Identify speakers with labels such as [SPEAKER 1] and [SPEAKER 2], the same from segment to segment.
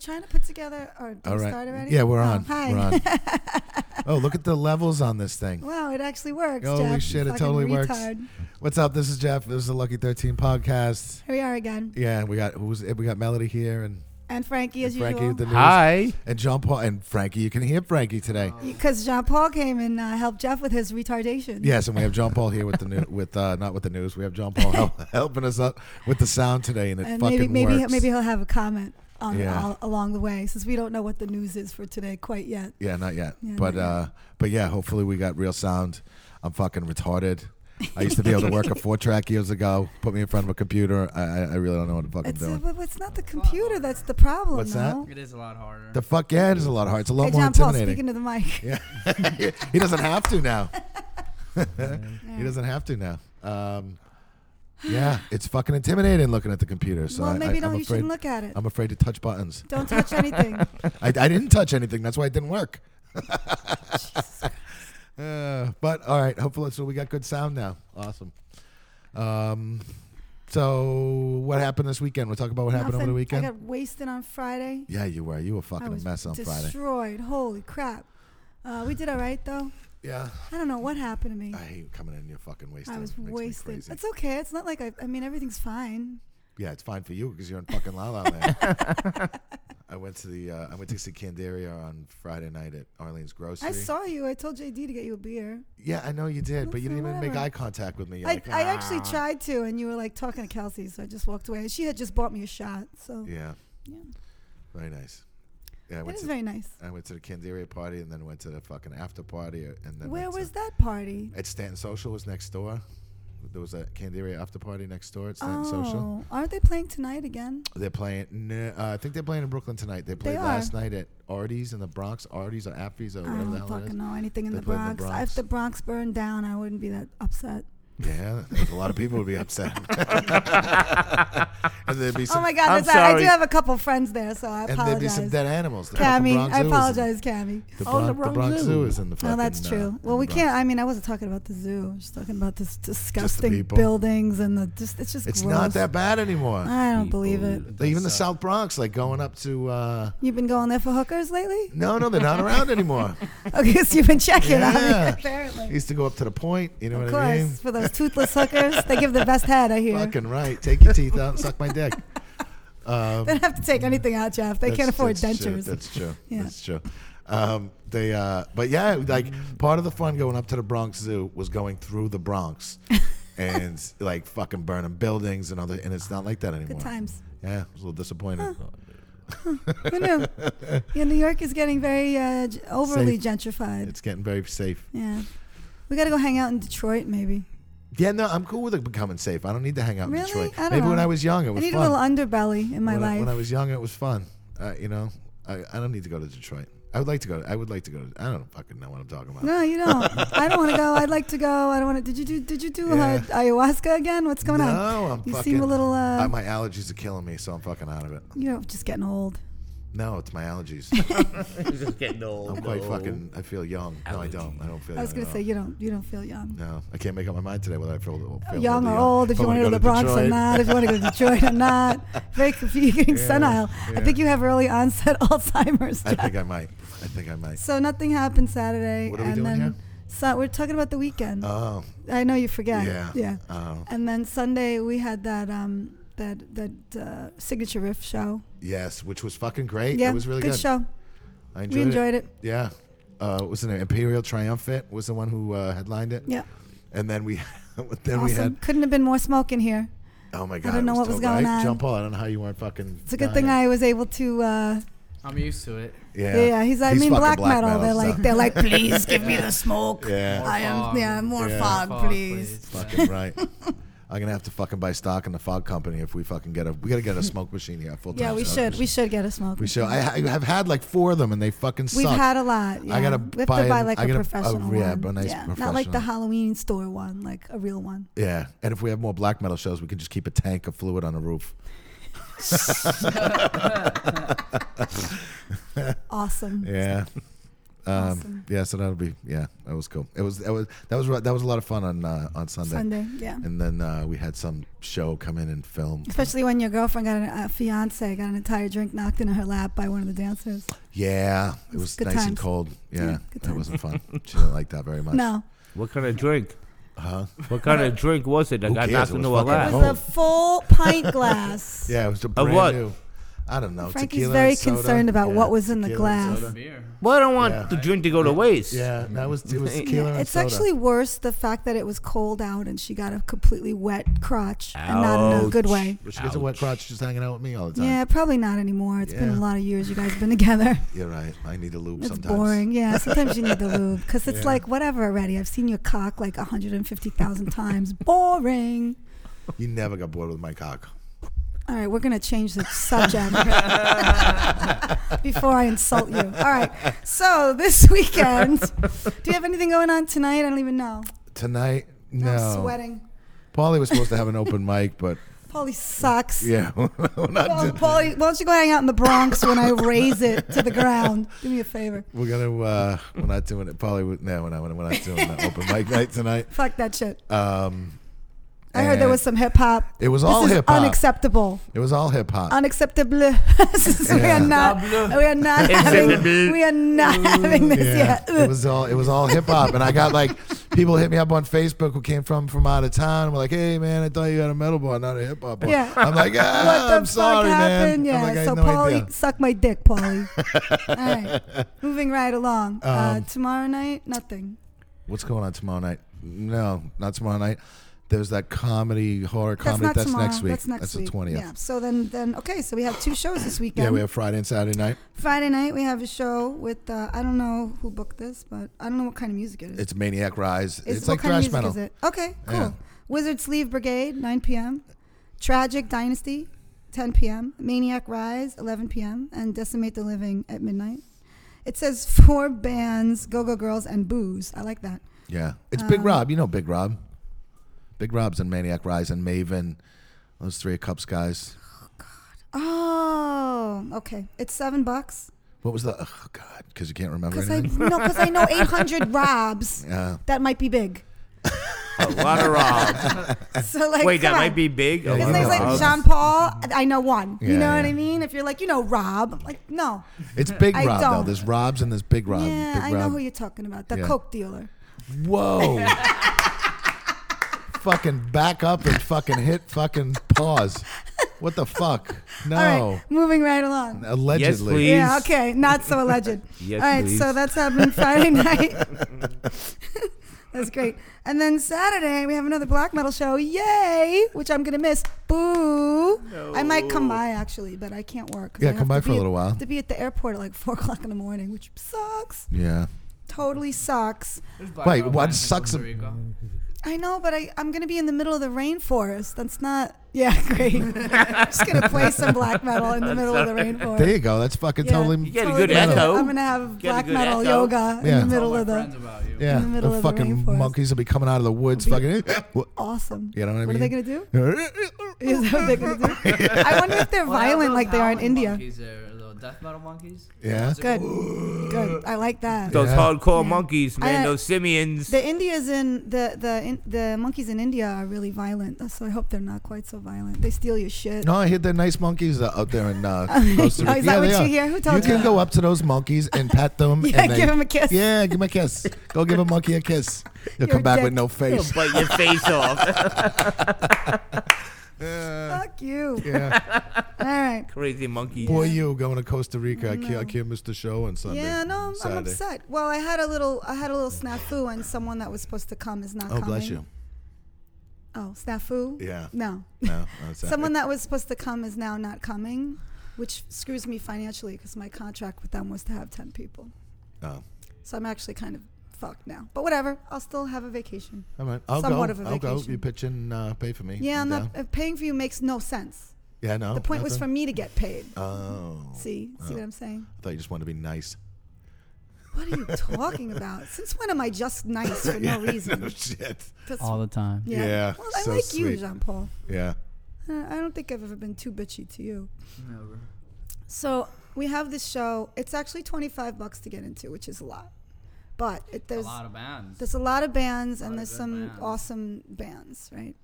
[SPEAKER 1] trying to put together. oh, Or did
[SPEAKER 2] All
[SPEAKER 1] we
[SPEAKER 2] right.
[SPEAKER 1] start already?
[SPEAKER 2] Yeah, we're
[SPEAKER 1] Oh,
[SPEAKER 2] on.
[SPEAKER 1] hi.
[SPEAKER 2] We're on. Oh, look at the levels on this thing.
[SPEAKER 1] wow, it actually works.
[SPEAKER 2] Holy
[SPEAKER 1] Jeff,
[SPEAKER 2] shit, it
[SPEAKER 1] Fucking
[SPEAKER 2] totally works.
[SPEAKER 1] retard.
[SPEAKER 2] What's up? This is Jeff. This is the Lucky 13 podcast.
[SPEAKER 1] Here we are again,
[SPEAKER 2] Yeah, we got who's we got Melody here and
[SPEAKER 1] and Frankie as
[SPEAKER 2] Frankie
[SPEAKER 1] usual.
[SPEAKER 2] the news.
[SPEAKER 3] Hi.
[SPEAKER 2] And John Paul and Frankie, you can hear Frankie today.
[SPEAKER 1] Because Jean Paul came and uh, helped Jeff with his retardation.
[SPEAKER 2] Yes, and we have John Paul here with the new with uh not with the news. We have John Paul help, helping us up with the sound today and it
[SPEAKER 1] and
[SPEAKER 2] fucking
[SPEAKER 1] maybe maybe
[SPEAKER 2] works.
[SPEAKER 1] maybe he'll have a comment on
[SPEAKER 2] Yeah.
[SPEAKER 1] al- along the way since we don't know what the news is for today quite yet.
[SPEAKER 2] Yeah, not yet.
[SPEAKER 1] Yeah,
[SPEAKER 2] but
[SPEAKER 1] not yet.
[SPEAKER 2] uh but yeah, hopefully we got real sound. I'm fucking retarded. I used to be able to work a four track years ago. Put me in front of a computer. I I- I really don't know what the fuck
[SPEAKER 1] It's,
[SPEAKER 2] I'm
[SPEAKER 1] uh,
[SPEAKER 2] doing.
[SPEAKER 1] but it's not the computer that's the problem.
[SPEAKER 2] What's that?
[SPEAKER 1] no.
[SPEAKER 3] It is a lot harder.
[SPEAKER 2] The fuck yeah, it is a lot harder. It's a lot
[SPEAKER 1] Hey,
[SPEAKER 2] more
[SPEAKER 1] John Paul, speaking
[SPEAKER 2] intimidating.
[SPEAKER 1] to the mic.
[SPEAKER 2] yeah, he doesn't have to now. he doesn't have to now. Um, yeah, it's fucking intimidating looking at the computer. So
[SPEAKER 1] well,
[SPEAKER 2] I,
[SPEAKER 1] maybe
[SPEAKER 2] I,
[SPEAKER 1] don't.
[SPEAKER 2] I'm
[SPEAKER 1] You
[SPEAKER 2] afraid.
[SPEAKER 1] shouldn't look at it.
[SPEAKER 2] I'm afraid to touch buttons.
[SPEAKER 1] don't touch anything.
[SPEAKER 2] I, I didn't touch anything. That's why it didn't work. Uh, but all right, hopefully, so we got good sound now. Awesome. Um, so what happened this weekend? We'll talk about what happened over
[SPEAKER 1] Nothing.
[SPEAKER 2] the weekend.
[SPEAKER 1] I got wasted on Friday.
[SPEAKER 2] yeah, you were. You were
[SPEAKER 1] I
[SPEAKER 2] fucking a
[SPEAKER 1] was
[SPEAKER 2] mess on Friday.
[SPEAKER 1] destroyed. Holy crap. Uh, we did all right though.
[SPEAKER 2] Yeah,
[SPEAKER 1] I don't know what happened to me.
[SPEAKER 2] I hate coming in. You're fucking wasted.
[SPEAKER 1] I was
[SPEAKER 2] Makes me
[SPEAKER 1] wasted.
[SPEAKER 2] crazy.
[SPEAKER 1] It's okay. It's not like I. I mean, everything's fine.
[SPEAKER 2] Yeah, it's fine for you because you're in fucking La La Land. I went to the uh, I went to see Candaria on Friday night at Arlene's Grocery.
[SPEAKER 1] I saw you. I told JD to get you a beer.
[SPEAKER 2] yeah, I know you did, but you
[SPEAKER 1] Listen,
[SPEAKER 2] didn't even make
[SPEAKER 1] whatever.
[SPEAKER 2] eye contact with me. You're
[SPEAKER 1] I,
[SPEAKER 2] like,
[SPEAKER 1] I actually
[SPEAKER 3] "Ah."
[SPEAKER 1] tried to, and you were like talking to Kelsey, so I just walked away. And she had just bought me a shot, so
[SPEAKER 2] yeah,
[SPEAKER 1] Yeah.
[SPEAKER 2] very nice. Yeah, I
[SPEAKER 1] it
[SPEAKER 2] went
[SPEAKER 1] is
[SPEAKER 2] to
[SPEAKER 1] very nice.
[SPEAKER 2] I went to the Candaria party and then went to the fucking after party uh, and then
[SPEAKER 1] Where
[SPEAKER 2] went to-
[SPEAKER 1] was that party?
[SPEAKER 2] at Stanton Social was next door. There was a Candaria after party next door at Stanton Social. Oh,
[SPEAKER 1] Oh, aren't they playing tonight again?
[SPEAKER 2] They're playing. no, Uh, I think they're playing in Brooklyn tonight. They played
[SPEAKER 1] are.
[SPEAKER 2] last night at Artie's in the Bronx. Artie's or Appy's or
[SPEAKER 1] I
[SPEAKER 2] whatever the
[SPEAKER 1] don't
[SPEAKER 2] hell it is.
[SPEAKER 1] fucking know anything in
[SPEAKER 2] They
[SPEAKER 1] the
[SPEAKER 2] play in the
[SPEAKER 1] Bronx.
[SPEAKER 2] Bronx.
[SPEAKER 1] If the Bronx burned down, I wouldn't be that upset.
[SPEAKER 2] Yeah, a lot of people would be upset. and there'd be some,
[SPEAKER 1] oh my God,
[SPEAKER 3] I'm
[SPEAKER 1] that's I, I do
[SPEAKER 3] sorry.
[SPEAKER 1] have a couple friends there, so I
[SPEAKER 2] and there'd be
[SPEAKER 1] apologize.
[SPEAKER 2] some dead animals. The fucking
[SPEAKER 1] Cammy,
[SPEAKER 2] Bronx
[SPEAKER 1] I
[SPEAKER 2] Zoo is in-
[SPEAKER 1] apologize, Cammy.
[SPEAKER 2] The,
[SPEAKER 3] Oh,
[SPEAKER 2] Bron-
[SPEAKER 3] the
[SPEAKER 2] the
[SPEAKER 3] Bronx
[SPEAKER 2] Bronx
[SPEAKER 3] Zoo.
[SPEAKER 2] Zoo is in the
[SPEAKER 1] Oh,
[SPEAKER 2] fucking.
[SPEAKER 1] that's true.
[SPEAKER 2] uh,
[SPEAKER 1] well,
[SPEAKER 2] in
[SPEAKER 1] we
[SPEAKER 2] the
[SPEAKER 1] can't.
[SPEAKER 2] Bronx.
[SPEAKER 1] I mean, I wasn't talking about the zoo. I was just talking about this disgusting
[SPEAKER 2] people.
[SPEAKER 1] buildings and the just. It's just.
[SPEAKER 2] It's
[SPEAKER 1] gross.
[SPEAKER 2] not that bad anymore.
[SPEAKER 1] I don't believe it.
[SPEAKER 2] Even the South Bronx, like going up to. Uh,
[SPEAKER 1] You've been going there for hookers lately?
[SPEAKER 2] no, no, they're not around anymore.
[SPEAKER 1] Okay, so you've been checking.
[SPEAKER 2] Yeah.
[SPEAKER 1] Yeah. Apparently,
[SPEAKER 2] used to go up to the point. You know
[SPEAKER 1] of
[SPEAKER 2] what
[SPEAKER 1] course,
[SPEAKER 2] I mean?
[SPEAKER 1] for those toothless hookers, they give the best head. I hear.
[SPEAKER 2] Fucking right. Take your teeth out and suck my dick. Um,
[SPEAKER 1] They don't have to take anything out, Jeff. They can't
[SPEAKER 2] That's-
[SPEAKER 1] afford
[SPEAKER 2] that's true,
[SPEAKER 1] dentures.
[SPEAKER 2] That's true.
[SPEAKER 1] Yeah.
[SPEAKER 2] That's true. Um, they, uh, but yeah, like part of the fun going up to the Bronx Zoo was going through the Bronx and like fucking burning buildings and other, and it's not like that anymore.
[SPEAKER 1] Good times.
[SPEAKER 2] Yeah, I was a little disappointed.
[SPEAKER 1] Who knew? yeah, New York is getting very uh, g- overly gentrified.
[SPEAKER 2] It's getting very safe.
[SPEAKER 1] yeah, we got to go hang out in Detroit, maybe.
[SPEAKER 2] Yeah, no, I'm cool with it becoming safe. I don't need to hang out
[SPEAKER 1] Really?
[SPEAKER 2] in Detroit.
[SPEAKER 1] I don't
[SPEAKER 2] Maybe when
[SPEAKER 1] know.
[SPEAKER 2] I was young, it
[SPEAKER 1] I
[SPEAKER 2] was
[SPEAKER 1] need
[SPEAKER 2] fun.
[SPEAKER 1] a little underbelly in my
[SPEAKER 2] when, I,
[SPEAKER 1] life.
[SPEAKER 2] when I was young, it was fun. Uh, you know, I, I don't need to go to Detroit. I would like to go. To, I would like to go. To, I don't fucking know what I'm talking about.
[SPEAKER 1] No, you don't. I don't want to go. I'd like to go. I don't want to. Did you do? Did you do
[SPEAKER 2] Yeah.
[SPEAKER 1] uh, ayahuasca again? What's going on?
[SPEAKER 2] No, I'm
[SPEAKER 1] You
[SPEAKER 2] fucking.
[SPEAKER 1] seem a little.
[SPEAKER 2] Uh,
[SPEAKER 1] Uh,
[SPEAKER 2] my allergies are killing me, so I'm fucking out of it.
[SPEAKER 1] you're just getting old.
[SPEAKER 2] No, it's my allergies.
[SPEAKER 3] just getting old.
[SPEAKER 4] Um,
[SPEAKER 2] I'm quite fucking. I feel young. No, I don't. I don't feel.
[SPEAKER 1] I was
[SPEAKER 2] young
[SPEAKER 1] gonna
[SPEAKER 2] at
[SPEAKER 1] say
[SPEAKER 2] all.
[SPEAKER 1] you don't. You don't feel young.
[SPEAKER 2] No, I can't make up my mind today whether I feel, feel
[SPEAKER 1] Oh, young
[SPEAKER 2] old
[SPEAKER 1] or old. If you want to go
[SPEAKER 2] wanna
[SPEAKER 1] to the Bronx
[SPEAKER 2] Detroit.
[SPEAKER 1] or not. If you want to go to Detroit or not. Very confusing. senile. I think you have early onset Alzheimer's.
[SPEAKER 2] I
[SPEAKER 1] Jeff.
[SPEAKER 2] think I might. I think I might.
[SPEAKER 1] so nothing happened Saturday.
[SPEAKER 2] What are we
[SPEAKER 1] and
[SPEAKER 2] doing
[SPEAKER 1] then
[SPEAKER 2] here?
[SPEAKER 1] So we're talking about the weekend.
[SPEAKER 2] Oh,
[SPEAKER 1] I know you forget.
[SPEAKER 2] yeah.
[SPEAKER 1] Yeah.
[SPEAKER 2] Oh,
[SPEAKER 1] And then Sunday we had that um that that uh, signature riff show.
[SPEAKER 2] yes, which was fucking great.
[SPEAKER 1] Yeah,
[SPEAKER 2] it was really
[SPEAKER 1] good,
[SPEAKER 2] good.
[SPEAKER 1] show.
[SPEAKER 2] I enjoyed,
[SPEAKER 1] We enjoyed it.
[SPEAKER 2] it. Yeah. Uh, what's the name? Imperial Triumphant was the one who uh, headlined it.
[SPEAKER 1] Yeah,
[SPEAKER 2] And then we, then we
[SPEAKER 1] awesome.
[SPEAKER 2] had.
[SPEAKER 1] Couldn't have been more smoke in here.
[SPEAKER 2] Oh my god!
[SPEAKER 1] don't
[SPEAKER 2] it
[SPEAKER 1] know what was
[SPEAKER 2] dope,
[SPEAKER 1] going
[SPEAKER 2] right?
[SPEAKER 1] on.
[SPEAKER 2] John Paul, I don't know how you weren't fucking.
[SPEAKER 1] It's a good thing
[SPEAKER 2] dying.
[SPEAKER 1] I was able to. Uh,
[SPEAKER 3] I'm used to it.
[SPEAKER 2] Yeah.
[SPEAKER 1] yeah. he's. I mean,
[SPEAKER 2] fucking
[SPEAKER 1] black, metal. They're
[SPEAKER 2] so-
[SPEAKER 1] like, they're like, please give me the smoke.
[SPEAKER 2] Yeah.
[SPEAKER 1] I am.
[SPEAKER 3] fog.
[SPEAKER 1] Yeah, more
[SPEAKER 2] Yeah.
[SPEAKER 1] fog,
[SPEAKER 3] Fuck,
[SPEAKER 1] please.
[SPEAKER 3] Yeah.
[SPEAKER 2] fucking right. I'm gonna have to fucking buy stock in the fog company if we fucking get a. We gotta get a smoke machine here. Full time.
[SPEAKER 1] Yeah, we should. We should get a smoke.
[SPEAKER 2] We should. I, I have had like four of them and they fucking
[SPEAKER 1] We've
[SPEAKER 2] suck.
[SPEAKER 1] had a lot. Yeah.
[SPEAKER 2] I gotta
[SPEAKER 1] we have
[SPEAKER 2] buy
[SPEAKER 1] to buy
[SPEAKER 2] an-
[SPEAKER 1] like
[SPEAKER 2] I
[SPEAKER 1] a
[SPEAKER 2] gotta- a
[SPEAKER 1] professional
[SPEAKER 2] re- yeah,
[SPEAKER 1] one.
[SPEAKER 2] a nice
[SPEAKER 1] yeah, not like the
[SPEAKER 2] professional.
[SPEAKER 1] Halloween store one, like a real one.
[SPEAKER 2] yeah, and if we have more black metal shows, we can just keep a tank of fluid on the roof.
[SPEAKER 1] Awesome.
[SPEAKER 2] Yeah. Um,
[SPEAKER 1] Awesome.
[SPEAKER 2] Yeah, so that'll be yeah. That was cool. It was that was that was ri- that was a lot of fun on uh, on Sunday.
[SPEAKER 1] Sunday, yeah.
[SPEAKER 2] And then uh, we had some show come in and film.
[SPEAKER 1] Especially when your girlfriend got a uh, fiance got an entire drink knocked into her lap by one of the dancers.
[SPEAKER 2] Yeah, it
[SPEAKER 1] was
[SPEAKER 2] was
[SPEAKER 1] good
[SPEAKER 2] nice and
[SPEAKER 1] times.
[SPEAKER 2] cold.
[SPEAKER 1] Yeah,
[SPEAKER 2] Yeah,
[SPEAKER 1] good
[SPEAKER 2] it
[SPEAKER 1] times.
[SPEAKER 2] wasn't fun. She didn't like that very much.
[SPEAKER 1] No,
[SPEAKER 4] What kind of drink?
[SPEAKER 2] Huh?
[SPEAKER 4] What kind of drink was it that
[SPEAKER 2] Who
[SPEAKER 4] got
[SPEAKER 2] cares?
[SPEAKER 4] knocked
[SPEAKER 2] It was
[SPEAKER 4] into a
[SPEAKER 2] fucking
[SPEAKER 1] it
[SPEAKER 4] lap?
[SPEAKER 1] was a full pint glass.
[SPEAKER 2] Oh. Yeah, it was a brand
[SPEAKER 4] what?
[SPEAKER 2] new. I don't know.
[SPEAKER 1] Frankie's
[SPEAKER 2] tequila
[SPEAKER 1] very
[SPEAKER 2] and soda.
[SPEAKER 1] concerned about
[SPEAKER 2] Yeah,
[SPEAKER 1] what was in the
[SPEAKER 2] tequila and
[SPEAKER 1] glass.
[SPEAKER 2] soda.
[SPEAKER 3] Beer.
[SPEAKER 4] Well, I don't want
[SPEAKER 2] Yeah.
[SPEAKER 4] the drink to go to waste.
[SPEAKER 2] Yeah, that was it was
[SPEAKER 4] Yeah,
[SPEAKER 2] tequila and
[SPEAKER 1] it's
[SPEAKER 2] soda.
[SPEAKER 1] actually worse the fact that it was cold out and she got a completely wet crotch and not in a good
[SPEAKER 4] Ouch.
[SPEAKER 1] way.
[SPEAKER 2] But she gets a wet
[SPEAKER 4] Ouch.
[SPEAKER 2] crotch just hanging out with me all the time.
[SPEAKER 1] Yeah, probably not anymore. It's been a
[SPEAKER 2] Yeah.
[SPEAKER 1] lot of years you guys have been together.
[SPEAKER 2] You're right. I need a lube
[SPEAKER 1] It's
[SPEAKER 2] sometimes.
[SPEAKER 1] boring. Yeah, sometimes you need the lube because it's
[SPEAKER 2] Yeah.
[SPEAKER 1] like whatever already. I've seen your cock like 150,000 times. Boring.
[SPEAKER 2] You never got bored with my cock.
[SPEAKER 1] All right, we're going to change the subject before I insult you. All right, so this weekend, do you have anything going on tonight? I don't even know.
[SPEAKER 2] Tonight, no.
[SPEAKER 1] I'm sweating.
[SPEAKER 2] Paulie was supposed to have an open mic, but
[SPEAKER 1] Polly sucks.
[SPEAKER 2] yeah, we're not
[SPEAKER 1] Well,
[SPEAKER 2] doing-
[SPEAKER 1] Paulie, why don't you go hang out in the Bronx when I raise it to the ground? Do me a favor.
[SPEAKER 2] We're gonna uh, we're not doing it. Probably would- no, we're not, we're not doing that open mic night tonight.
[SPEAKER 1] Fuck that shit.
[SPEAKER 2] Um,
[SPEAKER 1] I heard there
[SPEAKER 2] and
[SPEAKER 1] was some hip hop.
[SPEAKER 2] It was
[SPEAKER 1] This
[SPEAKER 2] all
[SPEAKER 1] is
[SPEAKER 2] hip hop.
[SPEAKER 1] unacceptable.
[SPEAKER 2] It was all hip hop.
[SPEAKER 1] Unacceptable. This is- we
[SPEAKER 2] Yeah.
[SPEAKER 1] are not. We are not having. We are not having this
[SPEAKER 2] yeah,
[SPEAKER 1] yet.
[SPEAKER 2] it was all it was all hip hop, and I got like people hit me up on Facebook who came from from out of town. and Were like, "Hey man, I thought you had a metal bar, not a hip hop bar."
[SPEAKER 1] Yeah.
[SPEAKER 2] I'm like,
[SPEAKER 1] What
[SPEAKER 2] ah,
[SPEAKER 1] the
[SPEAKER 2] I'm
[SPEAKER 1] fuck
[SPEAKER 2] sorry,
[SPEAKER 1] happened?
[SPEAKER 2] man."
[SPEAKER 1] Yeah.
[SPEAKER 2] I'm like, I
[SPEAKER 1] so,
[SPEAKER 2] had no
[SPEAKER 1] Paulie,
[SPEAKER 2] idea.
[SPEAKER 1] suck my dick, Paulie. all right. Moving right along. uh,
[SPEAKER 2] Um,
[SPEAKER 1] tomorrow night, nothing.
[SPEAKER 2] What's going on tomorrow night? No, not tomorrow night. There's that comedy horror comedy.
[SPEAKER 1] that's not tomorrow.
[SPEAKER 2] next week.
[SPEAKER 1] That's next
[SPEAKER 2] That's
[SPEAKER 1] week.
[SPEAKER 2] the twentieth.
[SPEAKER 1] Yeah. So then, then okay. So we have two shows this weekend.
[SPEAKER 2] yeah, we have Friday and Saturday night.
[SPEAKER 1] Friday night we have a show with uh, I don't know who booked this, but I don't know what kind of music it is.
[SPEAKER 2] It's Maniac Rise.
[SPEAKER 1] Is-
[SPEAKER 2] it's
[SPEAKER 1] what
[SPEAKER 2] like
[SPEAKER 1] kind
[SPEAKER 2] thrash
[SPEAKER 1] of music
[SPEAKER 2] metal.
[SPEAKER 1] is it? Okay, cool.
[SPEAKER 2] Yeah.
[SPEAKER 1] Wizard Sleeve Brigade, 9 p.m. Tragic Dynasty, 10 p.m. Maniac Rise, 11 p.m. And Decimate the Living at midnight. It says four bands: Go Go Girls and Booze. I like that.
[SPEAKER 2] Yeah, it's Big
[SPEAKER 1] Um,
[SPEAKER 2] Rob. You know Big Rob. Big Rob's in Maniac Rise and Maven. Those three of Cups guys.
[SPEAKER 1] Oh, okay. It's seven bucks.
[SPEAKER 2] What was the? Oh God, because you can't remember
[SPEAKER 1] Cause I
[SPEAKER 2] anything.
[SPEAKER 1] no, cause I know 800 robs.
[SPEAKER 2] Yeah.
[SPEAKER 1] That might be big.
[SPEAKER 4] A lot of rob.
[SPEAKER 1] So like,
[SPEAKER 4] Wait, that
[SPEAKER 1] come on.
[SPEAKER 4] might be big. Uh, A
[SPEAKER 1] His
[SPEAKER 2] Yeah,
[SPEAKER 4] lot of
[SPEAKER 1] name's
[SPEAKER 4] rob.
[SPEAKER 1] like Jean Paul. I know one. you
[SPEAKER 2] Yeah,
[SPEAKER 1] know what
[SPEAKER 2] yeah.
[SPEAKER 1] I mean? If you're like, you know, Rob. I'm like, no.
[SPEAKER 2] It's Big
[SPEAKER 1] I
[SPEAKER 2] Rob though.
[SPEAKER 1] don't.
[SPEAKER 2] There's Rob's and there's Big Rob.
[SPEAKER 1] yeah,
[SPEAKER 2] Big
[SPEAKER 1] I
[SPEAKER 2] Rob.
[SPEAKER 1] know who you're talking about. The
[SPEAKER 2] Yeah.
[SPEAKER 1] coke dealer.
[SPEAKER 2] Whoa. fucking back up and fucking hit fucking pause. What the fuck?
[SPEAKER 1] All
[SPEAKER 2] No.
[SPEAKER 1] right, moving right along.
[SPEAKER 2] Allegedly.
[SPEAKER 4] please.
[SPEAKER 1] Yeah,
[SPEAKER 4] Please.
[SPEAKER 1] okay, not so alleged.
[SPEAKER 4] Yes,
[SPEAKER 1] All right, so
[SPEAKER 4] please.
[SPEAKER 1] that's happening Friday night. that's great. And then Saturday we have another black metal show. Yay! Which I'm gonna miss. Boo! I might come by actually, but I can't work. 'cause
[SPEAKER 2] Yeah,
[SPEAKER 1] I have
[SPEAKER 2] come by
[SPEAKER 1] to
[SPEAKER 2] for a
[SPEAKER 1] be at-
[SPEAKER 2] little while.
[SPEAKER 1] To be at the airport at like four o'clock in the morning, which sucks.
[SPEAKER 2] Yeah.
[SPEAKER 1] Totally sucks.
[SPEAKER 3] There's black
[SPEAKER 2] Wait,
[SPEAKER 3] girl
[SPEAKER 2] what
[SPEAKER 3] bands in
[SPEAKER 2] sucks
[SPEAKER 3] Costa
[SPEAKER 2] ab-
[SPEAKER 3] Rica.
[SPEAKER 1] I know, but I, I'm going to be in the middle of the rainforest. That's not. Yeah, great. Just going to play some black metal in the middle of the rainforest.
[SPEAKER 2] There you go. That's fucking
[SPEAKER 1] Yeah.
[SPEAKER 2] totally.
[SPEAKER 4] You get a
[SPEAKER 1] Totally
[SPEAKER 4] good
[SPEAKER 1] gonna-
[SPEAKER 4] echo.
[SPEAKER 1] I'm going to have
[SPEAKER 4] Get a
[SPEAKER 1] black
[SPEAKER 4] good
[SPEAKER 1] metal
[SPEAKER 4] echo.
[SPEAKER 1] yoga
[SPEAKER 2] Yeah.
[SPEAKER 1] in the middle
[SPEAKER 3] All my
[SPEAKER 1] of
[SPEAKER 3] friends
[SPEAKER 1] the.
[SPEAKER 3] about you.
[SPEAKER 2] Yeah.
[SPEAKER 1] in the middle of the
[SPEAKER 2] fucking
[SPEAKER 1] rainforest.
[SPEAKER 2] monkeys will be coming out of the woods. Fucking.
[SPEAKER 1] Awesome.
[SPEAKER 2] You know what I
[SPEAKER 1] What are
[SPEAKER 2] mean?
[SPEAKER 1] they going to do?
[SPEAKER 2] They're
[SPEAKER 1] Is that what they're gonna do? I wonder if they're
[SPEAKER 3] Well, they have
[SPEAKER 1] violent
[SPEAKER 3] those
[SPEAKER 1] like they are in
[SPEAKER 3] howling
[SPEAKER 1] India.
[SPEAKER 3] Monkeys there, little death metal monkeys.
[SPEAKER 2] Yeah.
[SPEAKER 1] Good. Good. I like that.
[SPEAKER 4] Those
[SPEAKER 2] Yeah. Uh,
[SPEAKER 4] hardcore
[SPEAKER 1] Yeah.
[SPEAKER 4] monkeys, man.
[SPEAKER 1] I-
[SPEAKER 4] those simians.
[SPEAKER 1] The Indians in the the in, the monkeys in India are really violent, uh, so I hope they're not quite so violent. They steal your shit.
[SPEAKER 2] No, I hear they're nice monkeys uh, out there in uh,
[SPEAKER 1] Oh,
[SPEAKER 2] Costa Rica.
[SPEAKER 1] is that
[SPEAKER 2] Yeah,
[SPEAKER 1] what
[SPEAKER 2] they
[SPEAKER 1] you
[SPEAKER 2] are.
[SPEAKER 1] hear? Who told you
[SPEAKER 2] can
[SPEAKER 1] that?
[SPEAKER 2] go up to those monkeys and pat them.
[SPEAKER 1] Yeah,
[SPEAKER 2] and they,
[SPEAKER 1] give him a kiss.
[SPEAKER 2] Yeah, give him a kiss. Go give a monkey a kiss.
[SPEAKER 1] You're
[SPEAKER 2] They'll come back
[SPEAKER 1] a
[SPEAKER 2] with
[SPEAKER 1] dick.
[SPEAKER 2] no
[SPEAKER 4] They'll
[SPEAKER 2] face.
[SPEAKER 4] bite your face off.
[SPEAKER 2] Yeah.
[SPEAKER 1] Fuck you.
[SPEAKER 2] yeah.
[SPEAKER 1] All right.
[SPEAKER 4] Crazy monkeys.
[SPEAKER 2] Poor you going to Costa Rica. I, can't,
[SPEAKER 1] No.
[SPEAKER 2] I can't miss the show on Sunday.
[SPEAKER 1] Yeah, no, I'm, I'm
[SPEAKER 2] Saturday.
[SPEAKER 1] upset. Well, I had a little, I had a little snafu, and someone that was supposed to come is not
[SPEAKER 2] Oh,
[SPEAKER 1] coming.
[SPEAKER 2] bless you.
[SPEAKER 1] Oh, snafu.
[SPEAKER 2] Yeah.
[SPEAKER 1] No,
[SPEAKER 2] No, no, it's-
[SPEAKER 1] someone that was supposed to come is now not coming, which screws me financially because my contract with them was to have ten people.
[SPEAKER 2] Oh.
[SPEAKER 1] So I'm actually kind of fucked now. But whatever, I'll still have a vacation.
[SPEAKER 2] All right. I'll
[SPEAKER 1] Somewhat
[SPEAKER 2] go.
[SPEAKER 1] of a
[SPEAKER 2] I'll go.
[SPEAKER 1] vacation.
[SPEAKER 2] You pitch in, uh, pay for me.
[SPEAKER 1] Yeah, I'm
[SPEAKER 2] I'm down.
[SPEAKER 1] not uh, paying for you makes no sense.
[SPEAKER 2] Yeah, no.
[SPEAKER 1] the point was for
[SPEAKER 2] nothing?
[SPEAKER 1] me to get paid.
[SPEAKER 2] Oh.
[SPEAKER 1] See, see
[SPEAKER 2] Oh.
[SPEAKER 1] what I'm saying?
[SPEAKER 2] I thought you just wanted to be nice.
[SPEAKER 1] What are you talking about? Since when am I just nice for no reason?
[SPEAKER 2] no shit.
[SPEAKER 1] That's-
[SPEAKER 3] the time.
[SPEAKER 2] Yeah,
[SPEAKER 1] Well, I
[SPEAKER 2] so
[SPEAKER 1] like you,
[SPEAKER 2] sweet.
[SPEAKER 1] Jean Paul.
[SPEAKER 2] Yeah.
[SPEAKER 1] Uh, I don't think I've ever been too bitchy to you.
[SPEAKER 3] Never.
[SPEAKER 1] So we have this show. It's actually 25 bucks to get into, which is a lot. But it,
[SPEAKER 3] A
[SPEAKER 1] there's
[SPEAKER 3] lot of bands.
[SPEAKER 1] there's a lot of bands
[SPEAKER 3] lot
[SPEAKER 1] and
[SPEAKER 3] of
[SPEAKER 1] there's
[SPEAKER 3] good
[SPEAKER 1] some
[SPEAKER 3] bands.
[SPEAKER 1] awesome bands, right?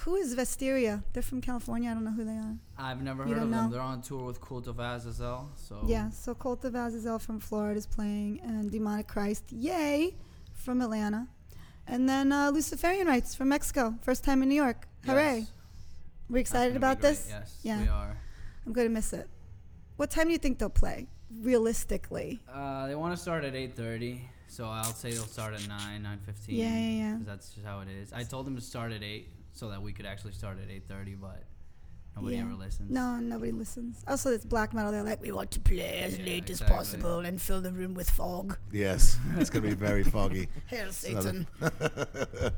[SPEAKER 1] Who is Vesteria? They're from California. I don't know who they are.
[SPEAKER 3] I've never
[SPEAKER 1] you
[SPEAKER 3] heard
[SPEAKER 1] don't
[SPEAKER 3] of
[SPEAKER 1] know?
[SPEAKER 3] them. They're on tour with Cult of Azazel. So
[SPEAKER 1] Yeah, so Cult of Azazel from Florida is playing, and Demonic Christ, yay, from Atlanta. And then uh, Luciferian Rites from Mexico, first time in New York. Hooray.
[SPEAKER 3] Yes,
[SPEAKER 1] We're
[SPEAKER 3] that's
[SPEAKER 1] excited
[SPEAKER 3] gonna be
[SPEAKER 1] about
[SPEAKER 3] great.
[SPEAKER 1] this?
[SPEAKER 3] Yes,
[SPEAKER 1] Yeah.
[SPEAKER 3] we are.
[SPEAKER 1] I'm going to miss it. What time do you think they'll play, realistically?
[SPEAKER 3] Uh, they want to start at 8:30, so I'll say they'll start at 9, 9:15.
[SPEAKER 1] Yeah, yeah, yeah.
[SPEAKER 3] 'cause that's just how it is. I told them to start at 8 so that we could actually start at 8:30, but nobody
[SPEAKER 1] Yeah.
[SPEAKER 3] ever listens.
[SPEAKER 1] No, nobody listens. Also, it's black metal. They're like, we want to play as
[SPEAKER 3] Yeah,
[SPEAKER 1] late
[SPEAKER 3] exactly.
[SPEAKER 1] as possible and fill the room with fog.
[SPEAKER 2] Yes, it's gonna be very foggy.
[SPEAKER 1] Hail Satan.
[SPEAKER 2] Another,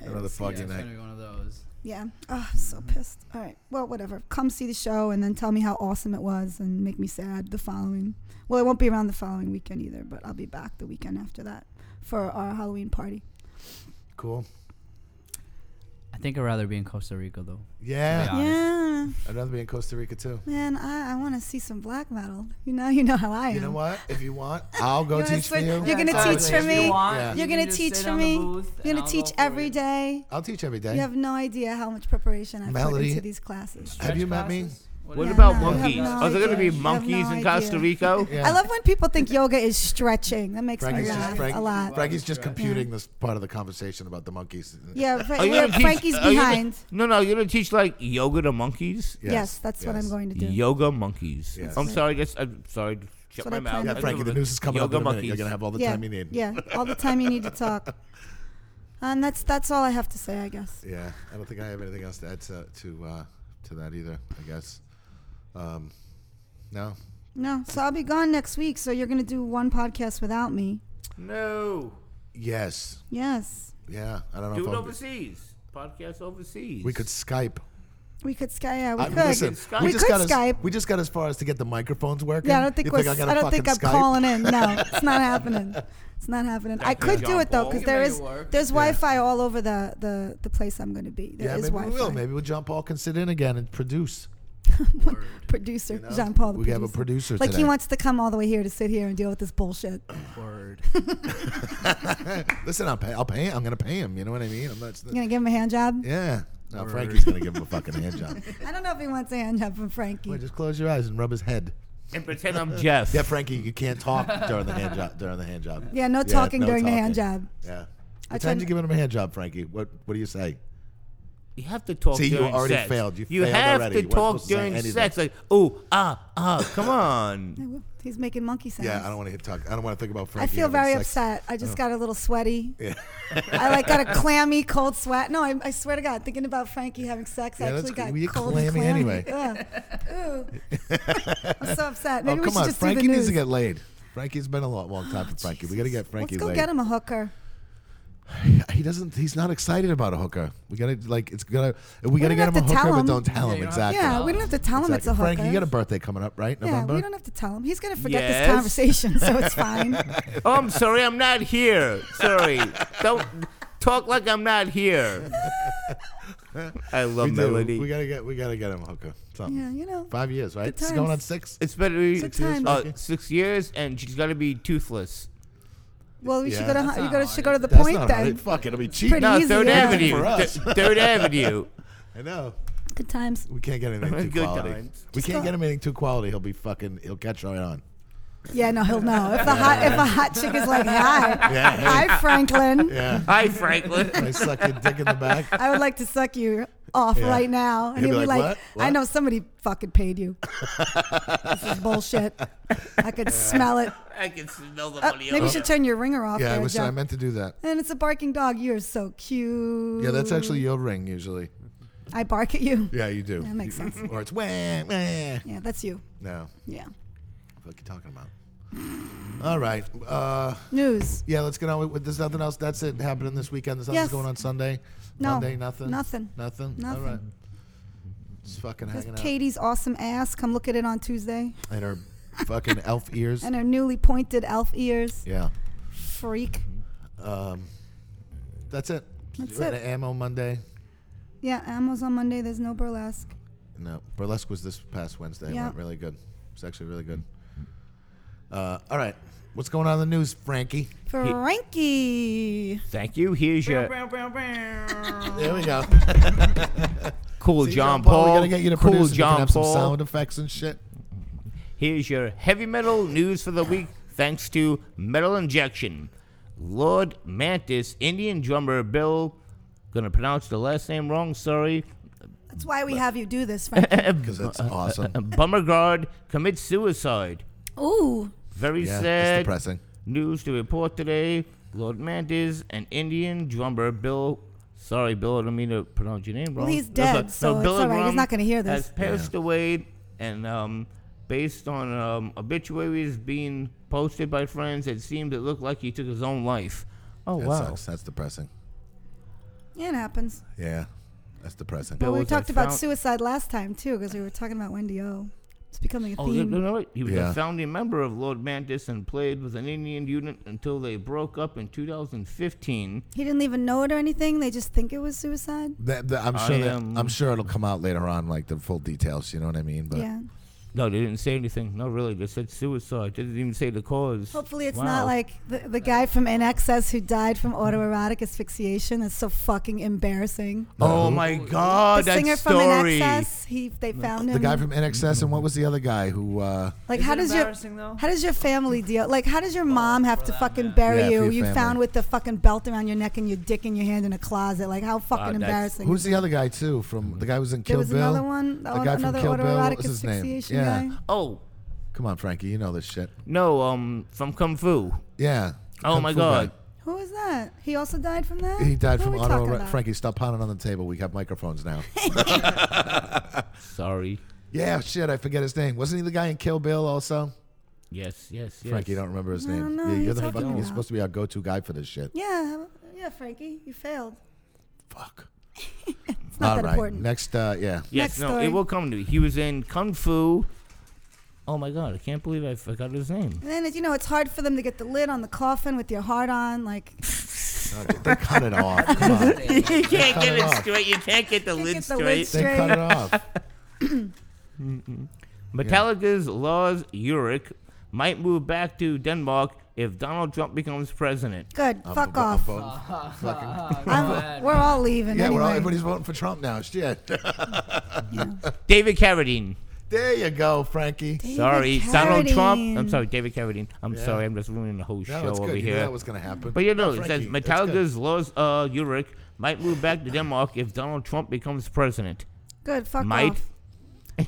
[SPEAKER 2] another
[SPEAKER 3] Yeah,
[SPEAKER 2] foggy
[SPEAKER 3] it's
[SPEAKER 2] night.
[SPEAKER 3] gonna be one of those.
[SPEAKER 1] Yeah. Oh, I'm
[SPEAKER 3] Mm-hmm.
[SPEAKER 1] so pissed. All right. Well, whatever. Come see the show and then tell me how awesome it was and make me sad the following. Well, it won't be around the following weekend either, but I'll be back the weekend after that for our Halloween party.
[SPEAKER 2] Cool.
[SPEAKER 3] I think I'd rather be in Costa Rica though.
[SPEAKER 2] Yeah,
[SPEAKER 3] Yeah.
[SPEAKER 1] Yeah.
[SPEAKER 2] I'd rather be in Costa Rica too.
[SPEAKER 1] Man, I, I want to see some black metal. You know, you know how I am.
[SPEAKER 2] You know what? If you want, I'll go
[SPEAKER 1] You wanna
[SPEAKER 2] teach for
[SPEAKER 1] switch-
[SPEAKER 2] you.
[SPEAKER 1] You're gonna
[SPEAKER 2] I'll
[SPEAKER 1] teach for
[SPEAKER 2] you.
[SPEAKER 1] me?
[SPEAKER 2] Yeah.
[SPEAKER 1] You're going to teach for me. You're going to teach every day.
[SPEAKER 2] I'll teach every day.
[SPEAKER 1] You have no idea how much preparation I put
[SPEAKER 2] Melody.
[SPEAKER 1] into these classes.
[SPEAKER 2] Have you met me?
[SPEAKER 4] What
[SPEAKER 1] Yeah,
[SPEAKER 4] about
[SPEAKER 1] no, I have
[SPEAKER 4] monkeys?
[SPEAKER 1] no
[SPEAKER 4] Are there
[SPEAKER 1] idea.
[SPEAKER 4] going to be
[SPEAKER 1] I have
[SPEAKER 4] monkeys
[SPEAKER 1] no
[SPEAKER 4] in Costa
[SPEAKER 1] idea.
[SPEAKER 4] Rica?
[SPEAKER 2] Yeah.
[SPEAKER 1] I love when people think yoga is stretching. That makes
[SPEAKER 2] Frankie's
[SPEAKER 1] me
[SPEAKER 2] just,
[SPEAKER 1] laugh
[SPEAKER 2] Frank,
[SPEAKER 1] a lot.
[SPEAKER 2] Frankie's just computing this part of the conversation about the monkeys.
[SPEAKER 1] Yeah,
[SPEAKER 2] Oh,
[SPEAKER 1] Fra-
[SPEAKER 4] Are you
[SPEAKER 1] we're-
[SPEAKER 4] gonna teach-
[SPEAKER 1] Frankie's
[SPEAKER 4] are you gonna-
[SPEAKER 1] behind.
[SPEAKER 4] No, no, you're going to teach like yoga to monkeys?
[SPEAKER 1] Yes, that's what I'm going to do.
[SPEAKER 4] Yoga monkeys.
[SPEAKER 2] Yes.
[SPEAKER 4] I'm
[SPEAKER 1] Right.
[SPEAKER 4] sorry, just I'm sorry. to Shut
[SPEAKER 1] what
[SPEAKER 4] my
[SPEAKER 1] I
[SPEAKER 4] mouth.
[SPEAKER 1] planned
[SPEAKER 2] Yeah,
[SPEAKER 1] to do.
[SPEAKER 2] Frankie, the news is coming
[SPEAKER 4] Yoga
[SPEAKER 2] up in a minute.
[SPEAKER 4] monkeys.
[SPEAKER 2] You're gonna have all the
[SPEAKER 1] yeah,
[SPEAKER 2] time you need.
[SPEAKER 1] Yeah, all the time you need to talk. And that's that's all I have to say, I guess.
[SPEAKER 2] Yeah, I don't think I have anything else to add to to, uh, to that either. I guess. Um, no.
[SPEAKER 1] No, so I'll be gone next week. So you're gonna do one podcast without me?
[SPEAKER 4] No.
[SPEAKER 2] Yes.
[SPEAKER 1] Yes,
[SPEAKER 2] Yeah. I don't know
[SPEAKER 4] Do
[SPEAKER 2] if
[SPEAKER 4] it
[SPEAKER 2] I'll-
[SPEAKER 4] overseas. Podcast overseas.
[SPEAKER 2] we could Skype.
[SPEAKER 1] we could Sky. Yeah, we
[SPEAKER 2] I-
[SPEAKER 1] could.
[SPEAKER 2] Uh, Listen,
[SPEAKER 4] Skype.
[SPEAKER 1] we
[SPEAKER 2] we just
[SPEAKER 1] could
[SPEAKER 2] got as,
[SPEAKER 1] Skype.
[SPEAKER 2] we just got as far as to get the microphones working.
[SPEAKER 1] yeah, I don't think,
[SPEAKER 2] You
[SPEAKER 1] we're,
[SPEAKER 2] I, gotta
[SPEAKER 1] I don't think I'm
[SPEAKER 2] fucking Skype?
[SPEAKER 1] calling in. No, it's not happening. It's not happening. I
[SPEAKER 4] Definitely
[SPEAKER 1] could do it though
[SPEAKER 4] John
[SPEAKER 1] because
[SPEAKER 4] Paul. We
[SPEAKER 3] can
[SPEAKER 1] there
[SPEAKER 3] make
[SPEAKER 1] is
[SPEAKER 3] it work.
[SPEAKER 1] there's
[SPEAKER 2] Yeah.
[SPEAKER 1] Wi-Fi all over the, the the place I'm gonna be. There
[SPEAKER 2] Yeah,
[SPEAKER 1] is
[SPEAKER 2] maybe
[SPEAKER 1] Wi-Fi.
[SPEAKER 2] we will. Maybe when John Paul can sit in again and produce.
[SPEAKER 1] Producer
[SPEAKER 2] you know?
[SPEAKER 1] Jean Paul. The
[SPEAKER 2] We have a producer
[SPEAKER 1] Like he
[SPEAKER 2] today.
[SPEAKER 1] wants to come all the way here to sit here and deal with this bullshit.
[SPEAKER 3] Word.
[SPEAKER 2] Listen, I'll pay. I'll pay. I'm gonna pay him. You know what I mean? I'm not.
[SPEAKER 1] You gonna give him a hand job?
[SPEAKER 2] Yeah. No,
[SPEAKER 3] Word.
[SPEAKER 2] Frankie's gonna give him a fucking hand job.
[SPEAKER 1] I don't know if he wants a hand job from
[SPEAKER 2] Wait,
[SPEAKER 1] Frankie.
[SPEAKER 2] just close your eyes and rub his head.
[SPEAKER 4] And pretend I'm Jeff.
[SPEAKER 2] Yeah, Frankie, you can't talk during the hand job. During the hand job.
[SPEAKER 1] Yeah, no talking
[SPEAKER 2] no
[SPEAKER 1] during the hand
[SPEAKER 2] talking.
[SPEAKER 1] job.
[SPEAKER 2] Yeah. What
[SPEAKER 1] I
[SPEAKER 2] time
[SPEAKER 1] tried-
[SPEAKER 2] you giving him a hand job, Frankie? What What do you say?
[SPEAKER 4] You have to talk
[SPEAKER 2] See, you
[SPEAKER 4] during
[SPEAKER 2] already
[SPEAKER 4] sex.
[SPEAKER 2] failed. You failed
[SPEAKER 4] have
[SPEAKER 2] already.
[SPEAKER 4] to
[SPEAKER 2] You weren't
[SPEAKER 4] talk
[SPEAKER 2] supposed to say
[SPEAKER 4] during
[SPEAKER 2] anything.
[SPEAKER 4] sex. Like, oh, ah, ah, come on.
[SPEAKER 1] He's making monkey sounds.
[SPEAKER 2] Yeah, I don't want to hit talk. I don't want to think about Frankie.
[SPEAKER 1] I feel
[SPEAKER 2] having
[SPEAKER 1] very
[SPEAKER 2] sex.
[SPEAKER 1] upset. I just got a little sweaty.
[SPEAKER 2] oh. Yeah.
[SPEAKER 1] I like got a clammy cold sweat. No, I, I swear to God, thinking about Frankie having sex, I
[SPEAKER 2] Yeah, that's
[SPEAKER 1] actually got
[SPEAKER 2] good. You're
[SPEAKER 1] cold and
[SPEAKER 2] clammy
[SPEAKER 1] clammy.
[SPEAKER 2] anyway.
[SPEAKER 1] Ugh. Ooh. I'm so upset. Maybe
[SPEAKER 2] oh
[SPEAKER 1] we
[SPEAKER 2] come
[SPEAKER 1] should
[SPEAKER 2] on,
[SPEAKER 1] just
[SPEAKER 2] Frankie
[SPEAKER 1] do the
[SPEAKER 2] needs
[SPEAKER 1] news.
[SPEAKER 2] to get laid. Frankie's been a long, long time for Frankie. We got to get Frankie
[SPEAKER 1] Let's go
[SPEAKER 2] laid.
[SPEAKER 1] get him a hooker.
[SPEAKER 2] He doesn't. He's not excited about a hooker. We got to like. It's gonna. We got to
[SPEAKER 1] don't
[SPEAKER 2] get
[SPEAKER 1] have
[SPEAKER 2] him a
[SPEAKER 1] to tell
[SPEAKER 2] hooker,
[SPEAKER 1] him.
[SPEAKER 2] but don't tell
[SPEAKER 3] Yeah,
[SPEAKER 2] him
[SPEAKER 3] you don't have
[SPEAKER 2] exactly.
[SPEAKER 3] to
[SPEAKER 1] Yeah, we don't have to tell him it's a
[SPEAKER 2] Exactly.
[SPEAKER 1] hooker.
[SPEAKER 2] Frankie, you got a birthday coming up, right?
[SPEAKER 1] yeah,
[SPEAKER 2] November.
[SPEAKER 1] we don't have to tell him. He's gonna forget
[SPEAKER 4] Yes.
[SPEAKER 1] this conversation, so it's fine.
[SPEAKER 4] Oh, I'm sorry, I'm not here. Sorry. Don't talk like I'm not here. I love
[SPEAKER 2] We do.
[SPEAKER 4] Melody.
[SPEAKER 2] We gotta get. We gotta get him a hooker. Something.
[SPEAKER 1] yeah, you know.
[SPEAKER 2] Five years, right?
[SPEAKER 1] Good
[SPEAKER 2] It's going on
[SPEAKER 1] times.
[SPEAKER 2] six.
[SPEAKER 4] it's better to
[SPEAKER 1] Six years,
[SPEAKER 4] six, years,
[SPEAKER 2] Frankie?
[SPEAKER 4] uh, six years, and she's got to be toothless.
[SPEAKER 1] Well, we should
[SPEAKER 2] Yeah.
[SPEAKER 1] go to
[SPEAKER 2] That's
[SPEAKER 1] hu- you
[SPEAKER 3] not
[SPEAKER 1] go to,
[SPEAKER 3] hard.
[SPEAKER 1] should go to the
[SPEAKER 2] That's
[SPEAKER 1] point
[SPEAKER 2] not
[SPEAKER 1] then.
[SPEAKER 2] hard. Fuck it, it'll be cheap.
[SPEAKER 1] Pretty
[SPEAKER 4] No,
[SPEAKER 1] easy,
[SPEAKER 4] Third
[SPEAKER 1] yeah.
[SPEAKER 4] Avenue.
[SPEAKER 2] For us.
[SPEAKER 4] Th- Third Avenue.
[SPEAKER 2] I know.
[SPEAKER 1] Good times.
[SPEAKER 2] We can't get anything too
[SPEAKER 4] Good
[SPEAKER 2] quality.
[SPEAKER 4] times.
[SPEAKER 2] We
[SPEAKER 1] Just
[SPEAKER 2] can't
[SPEAKER 1] go-
[SPEAKER 2] get him anything too quality. He'll be fucking. He'll catch right on.
[SPEAKER 1] Yeah, no, he'll know if the hot if a hot chick is like, hi,
[SPEAKER 2] Yeah.
[SPEAKER 1] hi Franklin,
[SPEAKER 2] Yeah.
[SPEAKER 4] Hi, Franklin.
[SPEAKER 2] I suck your dick in the back.
[SPEAKER 1] I would like to suck you off
[SPEAKER 2] Yeah.
[SPEAKER 1] right now. And
[SPEAKER 2] He'll
[SPEAKER 1] he'll
[SPEAKER 2] be
[SPEAKER 1] be
[SPEAKER 2] like,
[SPEAKER 1] like,
[SPEAKER 2] "What?
[SPEAKER 1] I
[SPEAKER 2] What?"
[SPEAKER 1] know somebody fucking paid you. this is bullshit. I could smell it.
[SPEAKER 4] I can smell the
[SPEAKER 1] Oh,
[SPEAKER 4] money.
[SPEAKER 1] maybe you should turn your ringer off.
[SPEAKER 2] Yeah, I
[SPEAKER 1] there,
[SPEAKER 2] wish
[SPEAKER 1] Joe.
[SPEAKER 2] I meant to do that.
[SPEAKER 1] and it's a barking dog. You're so cute.
[SPEAKER 2] Yeah, that's actually your ring usually.
[SPEAKER 1] I bark at you.
[SPEAKER 2] Yeah, you do.
[SPEAKER 1] Mm. That makes sense.
[SPEAKER 2] Or it's wah wah.
[SPEAKER 1] Yeah, that's you.
[SPEAKER 2] No,
[SPEAKER 1] Yeah.
[SPEAKER 2] what are you talking about? All right. Uh,
[SPEAKER 1] News.
[SPEAKER 2] yeah, let's get on with- with. There's nothing else. That's it happening this weekend. There's nothing
[SPEAKER 1] Yes.
[SPEAKER 2] going on Sunday.
[SPEAKER 1] No.
[SPEAKER 2] Monday, nothing.
[SPEAKER 1] Nothing.
[SPEAKER 2] Nothing.
[SPEAKER 1] Nothing.
[SPEAKER 2] All right. Just fucking
[SPEAKER 1] There's
[SPEAKER 2] hanging out.
[SPEAKER 1] Katie's awesome ass. Come look at it on Tuesday.
[SPEAKER 2] And her fucking elf ears.
[SPEAKER 1] And her newly pointed elf ears.
[SPEAKER 2] yeah.
[SPEAKER 1] Freak.
[SPEAKER 2] Um, that's it.
[SPEAKER 1] That's
[SPEAKER 2] We're at
[SPEAKER 1] it.
[SPEAKER 2] Ammo Monday.
[SPEAKER 1] Yeah, Ammo's on Monday. There's no burlesque.
[SPEAKER 2] No, burlesque was this past Wednesday. It
[SPEAKER 1] Yeah.
[SPEAKER 2] went really good. It's actually really good. Uh, all right, what's going on in the news, Frankie?
[SPEAKER 1] Frankie.
[SPEAKER 4] Thank you. Here's your
[SPEAKER 2] There we go.
[SPEAKER 4] cool John
[SPEAKER 2] We
[SPEAKER 4] Paul.
[SPEAKER 2] gotta get you to
[SPEAKER 4] cool
[SPEAKER 2] produce. it. You can
[SPEAKER 4] John
[SPEAKER 2] have some
[SPEAKER 4] Paul.
[SPEAKER 2] sound effects and shit.
[SPEAKER 4] Here's your heavy metal news for the week, thanks to Metal Injection. Lord Mantis, Indian drummer Bill, gonna pronounce the last name wrong, sorry.
[SPEAKER 1] That's why we have you do this, Frankie.
[SPEAKER 2] Because it's
[SPEAKER 4] Uh,
[SPEAKER 2] awesome.
[SPEAKER 4] Bummerguard commits suicide.
[SPEAKER 1] Ooh.
[SPEAKER 4] Very
[SPEAKER 2] Yeah, it's
[SPEAKER 4] sad
[SPEAKER 2] depressing.
[SPEAKER 4] news to report today. Lord Mantis and Indian drummer Bill. Sorry, Bill, I don't mean to pronounce your name
[SPEAKER 1] Well,
[SPEAKER 4] wrong.
[SPEAKER 1] he's
[SPEAKER 4] No,
[SPEAKER 1] dead,
[SPEAKER 4] but-
[SPEAKER 1] so
[SPEAKER 4] no,
[SPEAKER 1] it's
[SPEAKER 4] Bill
[SPEAKER 1] all right. He's
[SPEAKER 4] Drum
[SPEAKER 1] not gonna hear this.
[SPEAKER 4] Has passed away, and um, based on um, obituaries being posted by friends, it seemed it looked like he took his own life. Oh
[SPEAKER 2] That
[SPEAKER 4] wow!
[SPEAKER 2] sucks. That's depressing.
[SPEAKER 1] Yeah, it happens.
[SPEAKER 2] Yeah, that's depressing.
[SPEAKER 1] But
[SPEAKER 4] Bill
[SPEAKER 1] we
[SPEAKER 4] was a
[SPEAKER 1] talked about
[SPEAKER 4] found-
[SPEAKER 1] suicide last time too, because we were talking about Wendy O. It's becoming a
[SPEAKER 4] Oh, you
[SPEAKER 1] theme.
[SPEAKER 4] know what? He was
[SPEAKER 2] Yeah.
[SPEAKER 4] a founding member of Lord Mantis and played with an Indian unit until they broke up in 2015.
[SPEAKER 1] He didn't even know it or anything. They just think it was suicide.
[SPEAKER 2] That- that- I'm
[SPEAKER 4] I
[SPEAKER 2] sure. that,
[SPEAKER 4] am-
[SPEAKER 2] I'm sure it'll come out later on, like the full details. You know what I mean? But
[SPEAKER 1] yeah.
[SPEAKER 4] No, they didn't say anything. No, really, they said suicide. They didn't even say the cause.
[SPEAKER 1] Hopefully, it's
[SPEAKER 4] Wow.
[SPEAKER 1] not like the, the guy from NXS who died from autoerotic asphyxiation. That's so fucking embarrassing.
[SPEAKER 2] Who?
[SPEAKER 4] Oh my God,
[SPEAKER 1] the
[SPEAKER 4] that
[SPEAKER 1] singer from
[SPEAKER 4] story.
[SPEAKER 1] NXS, he they found him.
[SPEAKER 2] the guy from NXS and what was the other guy who? Uh,
[SPEAKER 1] like,
[SPEAKER 3] Is
[SPEAKER 1] how
[SPEAKER 3] it
[SPEAKER 1] does your
[SPEAKER 3] embarrassing, though?
[SPEAKER 1] how does your family deal? Like, how does your mom have
[SPEAKER 3] for
[SPEAKER 1] to
[SPEAKER 3] that
[SPEAKER 1] fucking
[SPEAKER 3] matter.
[SPEAKER 1] bury
[SPEAKER 2] Yeah, for
[SPEAKER 1] you?
[SPEAKER 2] your
[SPEAKER 1] You
[SPEAKER 2] family.
[SPEAKER 1] found with the fucking belt around your neck and your dick in your hand in a closet. Like, how fucking
[SPEAKER 2] Uh,
[SPEAKER 4] that's-
[SPEAKER 1] embarrassing.
[SPEAKER 2] who's the other guy too? From the guy who was in
[SPEAKER 1] there
[SPEAKER 2] Kill
[SPEAKER 1] was
[SPEAKER 2] Bill.
[SPEAKER 1] another one,
[SPEAKER 2] The
[SPEAKER 1] oh,
[SPEAKER 2] guy
[SPEAKER 1] another
[SPEAKER 2] from Kill Bill.
[SPEAKER 1] autoerotic
[SPEAKER 2] What's his name?
[SPEAKER 1] asphyxiation
[SPEAKER 2] Yeah.
[SPEAKER 1] guy.
[SPEAKER 4] Oh
[SPEAKER 2] Come on, Frankie. You know this shit.
[SPEAKER 4] no, um, from Kung Fu.
[SPEAKER 2] Yeah.
[SPEAKER 4] Oh
[SPEAKER 2] Kung
[SPEAKER 4] my
[SPEAKER 2] Fu guy.
[SPEAKER 4] God.
[SPEAKER 1] Who was that? He also died from that.
[SPEAKER 2] He died
[SPEAKER 1] Who
[SPEAKER 2] from
[SPEAKER 1] are we talking
[SPEAKER 2] auto.
[SPEAKER 1] about?
[SPEAKER 2] Frankie, stop pounding on the table. We have microphones now.
[SPEAKER 4] Sorry.
[SPEAKER 2] yeah, shit. I forget his name. Wasn't he the guy in Kill Bill also?
[SPEAKER 4] Yes, yes, yes.
[SPEAKER 2] Frankie, you don't remember his
[SPEAKER 1] No,
[SPEAKER 2] name.
[SPEAKER 1] no,
[SPEAKER 2] yeah,
[SPEAKER 1] you
[SPEAKER 2] you're the
[SPEAKER 1] talking
[SPEAKER 2] fucking. You're
[SPEAKER 1] about.
[SPEAKER 2] supposed to be our go-to guy for this shit.
[SPEAKER 1] Yeah, yeah, Frankie, you failed.
[SPEAKER 2] Fuck.
[SPEAKER 1] It's not
[SPEAKER 2] All
[SPEAKER 1] that
[SPEAKER 2] right.
[SPEAKER 1] important.
[SPEAKER 2] Next, uh, yeah.
[SPEAKER 4] Yes,
[SPEAKER 1] Next
[SPEAKER 4] no,
[SPEAKER 1] story.
[SPEAKER 4] it will come to me. He was in Kung Fu. Oh my God, I can't believe I forgot his name.
[SPEAKER 1] And then, you know, it's hard for them to get the lid on the coffin with your heart on. Like,
[SPEAKER 2] No, they cut it off. Come on. They
[SPEAKER 4] you can't
[SPEAKER 2] cut it off.
[SPEAKER 4] straight. You can't get the
[SPEAKER 1] Can't get the lid Straight.
[SPEAKER 2] cut it off.
[SPEAKER 4] Metallica's Lars Ulrich might move back to Denmark if Donald Trump becomes president.
[SPEAKER 1] good,
[SPEAKER 2] I'm
[SPEAKER 1] fuck
[SPEAKER 2] vo- I'm
[SPEAKER 1] off.
[SPEAKER 2] voting.
[SPEAKER 1] I'm- we're all leaving.
[SPEAKER 2] Yeah,
[SPEAKER 1] anyway.
[SPEAKER 2] we're all, everybody's voting for Trump now. Shit.
[SPEAKER 4] David Carradine.
[SPEAKER 2] there you go, Frankie.
[SPEAKER 1] David
[SPEAKER 4] Sorry, Donald Trump. I'm
[SPEAKER 1] Carradine.
[SPEAKER 4] sorry, David Carradine. I'm
[SPEAKER 2] Yeah.
[SPEAKER 4] sorry, I'm just ruining the whole
[SPEAKER 2] No,
[SPEAKER 4] show
[SPEAKER 2] it's
[SPEAKER 4] over
[SPEAKER 2] good. You knew
[SPEAKER 4] here.
[SPEAKER 2] that was gonna happen.
[SPEAKER 4] But you know,
[SPEAKER 2] No,
[SPEAKER 4] it says
[SPEAKER 2] Frankie, that's good.
[SPEAKER 4] Metallica's Lars uh, Ulrich might move back to Denmark if Donald Trump becomes president.
[SPEAKER 1] Good, fuck
[SPEAKER 4] Might.
[SPEAKER 1] off.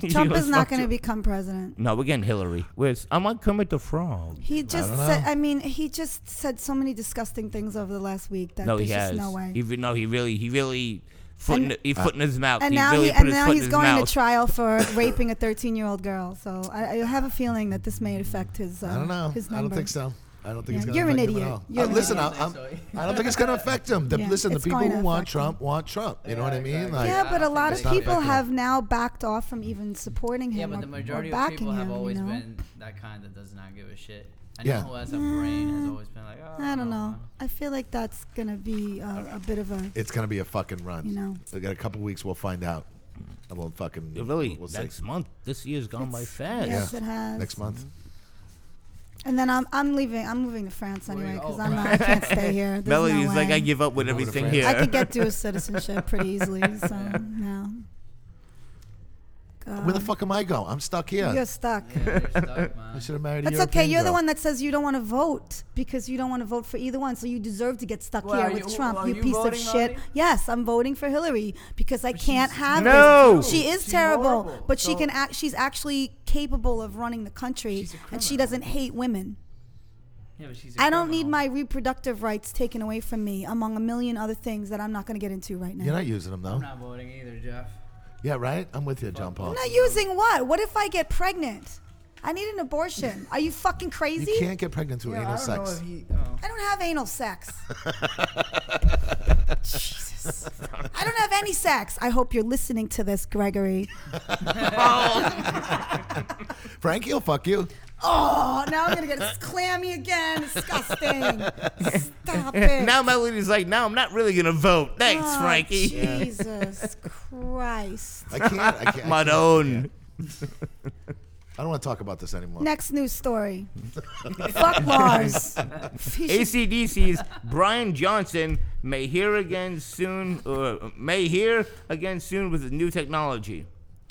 [SPEAKER 4] You
[SPEAKER 1] Trump
[SPEAKER 4] know,
[SPEAKER 1] is not
[SPEAKER 4] fuck
[SPEAKER 1] going to
[SPEAKER 4] you.
[SPEAKER 1] become president.
[SPEAKER 4] No, we're getting Hillary. Where's I'm not coming to frog.
[SPEAKER 1] He just
[SPEAKER 2] don't
[SPEAKER 1] said.
[SPEAKER 2] know.
[SPEAKER 1] I mean, he just said so many disgusting things over the last week that
[SPEAKER 4] No,
[SPEAKER 1] there's
[SPEAKER 4] he
[SPEAKER 1] just
[SPEAKER 4] has.
[SPEAKER 1] no way.
[SPEAKER 4] He, re- no, he really, he really, foot in,
[SPEAKER 1] And-
[SPEAKER 4] he foot in his mouth.
[SPEAKER 1] and
[SPEAKER 4] he
[SPEAKER 1] now
[SPEAKER 4] really
[SPEAKER 1] he
[SPEAKER 4] put
[SPEAKER 1] and
[SPEAKER 4] his
[SPEAKER 1] now
[SPEAKER 4] foot
[SPEAKER 1] he's
[SPEAKER 4] in his
[SPEAKER 1] going
[SPEAKER 4] mouth.
[SPEAKER 1] to trial for raping a 13 year old girl. So I, I have a feeling that this may affect his. Uh,
[SPEAKER 2] I don't know.
[SPEAKER 1] His
[SPEAKER 2] I
[SPEAKER 1] number.
[SPEAKER 2] don't think so. I don't think
[SPEAKER 1] Yeah,
[SPEAKER 2] it's gonna
[SPEAKER 1] you're an
[SPEAKER 2] affect him at
[SPEAKER 1] idiot.
[SPEAKER 2] all.
[SPEAKER 1] You're
[SPEAKER 2] Uh,
[SPEAKER 1] an
[SPEAKER 2] listen,
[SPEAKER 3] idiot.
[SPEAKER 2] I, I'm, I don't think it's gonna affect him. The,
[SPEAKER 1] Yeah,
[SPEAKER 2] listen, the
[SPEAKER 1] it's
[SPEAKER 2] people
[SPEAKER 1] going to
[SPEAKER 2] who want
[SPEAKER 1] affect
[SPEAKER 2] Trump want Trump. You know what I
[SPEAKER 3] Yeah,
[SPEAKER 2] mean?
[SPEAKER 3] exactly.
[SPEAKER 2] Like,
[SPEAKER 1] Yeah,
[SPEAKER 3] I
[SPEAKER 1] but a
[SPEAKER 3] don't
[SPEAKER 1] lot
[SPEAKER 3] think
[SPEAKER 1] of
[SPEAKER 2] it's
[SPEAKER 1] people
[SPEAKER 2] affecting
[SPEAKER 1] have now backed off from even supporting him.
[SPEAKER 3] Yeah,
[SPEAKER 1] or,
[SPEAKER 3] but the majority
[SPEAKER 1] or
[SPEAKER 3] of
[SPEAKER 1] backing
[SPEAKER 3] people have
[SPEAKER 1] him,
[SPEAKER 3] always
[SPEAKER 1] you know?
[SPEAKER 3] been that kind that does not give a shit. Anyone
[SPEAKER 2] Yeah.
[SPEAKER 3] who has a brain has always been like, oh,
[SPEAKER 1] I don't know. I feel like that's gonna be a, a bit of a.
[SPEAKER 2] it's gonna be a fucking run.
[SPEAKER 1] You know.
[SPEAKER 2] we got a couple weeks. We'll find out. And we'll fucking
[SPEAKER 4] It really,
[SPEAKER 2] We'll see.
[SPEAKER 4] next month, this year's gone by fast.
[SPEAKER 1] Yes, it has.
[SPEAKER 2] Next month.
[SPEAKER 1] And then I'm I'm leaving. I'm moving to France
[SPEAKER 3] Where
[SPEAKER 1] anyway
[SPEAKER 3] you-
[SPEAKER 1] because
[SPEAKER 3] oh,
[SPEAKER 1] I'm not, I
[SPEAKER 3] France.
[SPEAKER 1] can't stay here. There's
[SPEAKER 4] Melody's
[SPEAKER 1] no
[SPEAKER 4] like, I
[SPEAKER 1] way.
[SPEAKER 4] give up with
[SPEAKER 2] Moving to
[SPEAKER 4] everything
[SPEAKER 2] France.
[SPEAKER 4] here.
[SPEAKER 1] I could get dual citizenship pretty easily. So no. God.
[SPEAKER 2] Where the fuck am I going? I'm stuck here.
[SPEAKER 1] You're stuck.
[SPEAKER 3] Yeah, you're stuck,
[SPEAKER 2] I
[SPEAKER 3] man.
[SPEAKER 2] should have married a
[SPEAKER 1] That's
[SPEAKER 2] European
[SPEAKER 1] okay. You're the
[SPEAKER 2] girl.
[SPEAKER 1] one that says you don't want to vote because you don't want to vote for either one. So you deserve to get stuck
[SPEAKER 3] Well,
[SPEAKER 1] here
[SPEAKER 3] are
[SPEAKER 1] with
[SPEAKER 3] you-
[SPEAKER 1] Trump,
[SPEAKER 3] are
[SPEAKER 1] you,
[SPEAKER 3] you
[SPEAKER 1] piece of
[SPEAKER 3] voting,
[SPEAKER 1] shit.
[SPEAKER 3] Melanie?
[SPEAKER 1] Yes, I'm voting for Hillary because I can't have
[SPEAKER 4] No!
[SPEAKER 1] this. She is
[SPEAKER 3] She's
[SPEAKER 1] terrible,
[SPEAKER 3] horrible.
[SPEAKER 1] but she
[SPEAKER 3] So-
[SPEAKER 1] can act. She's actually capable of running the country,
[SPEAKER 3] She's a
[SPEAKER 1] and she
[SPEAKER 3] criminal.
[SPEAKER 1] doesn't hate women.
[SPEAKER 3] Yeah, but she's a
[SPEAKER 1] I don't need
[SPEAKER 3] criminal.
[SPEAKER 1] my reproductive rights taken away from me, among a million other things that I'm not going to get into right now.
[SPEAKER 2] You're not using them though.
[SPEAKER 3] I'm not voting either, Jeff.
[SPEAKER 2] Yeah, right. I'm with you, John Paul.
[SPEAKER 1] I'm not using what? What if I get pregnant? I need an abortion. Are you fucking crazy?
[SPEAKER 2] You can't get pregnant through anal sex.
[SPEAKER 3] oh.
[SPEAKER 1] I don't have anal sex. Jesus. I don't have any sex. I hope you're listening to this, Gregory.
[SPEAKER 2] Frankie will fuck you.
[SPEAKER 1] Oh, now I'm going to get clammy again. Disgusting. Stop it.
[SPEAKER 4] now Melody's like, no, I'm not really gonna vote. Thanks,
[SPEAKER 1] Oh,
[SPEAKER 4] Frankie.
[SPEAKER 1] Jesus Christ.
[SPEAKER 2] I can't. I can't. I
[SPEAKER 4] My
[SPEAKER 2] can't.
[SPEAKER 4] own.
[SPEAKER 2] I don't want to talk about this anymore.
[SPEAKER 1] Next news story. Fuck Mars. He should-
[SPEAKER 4] ACDC's Brian Johnson may hear again soon, or may hear again soon with new technology.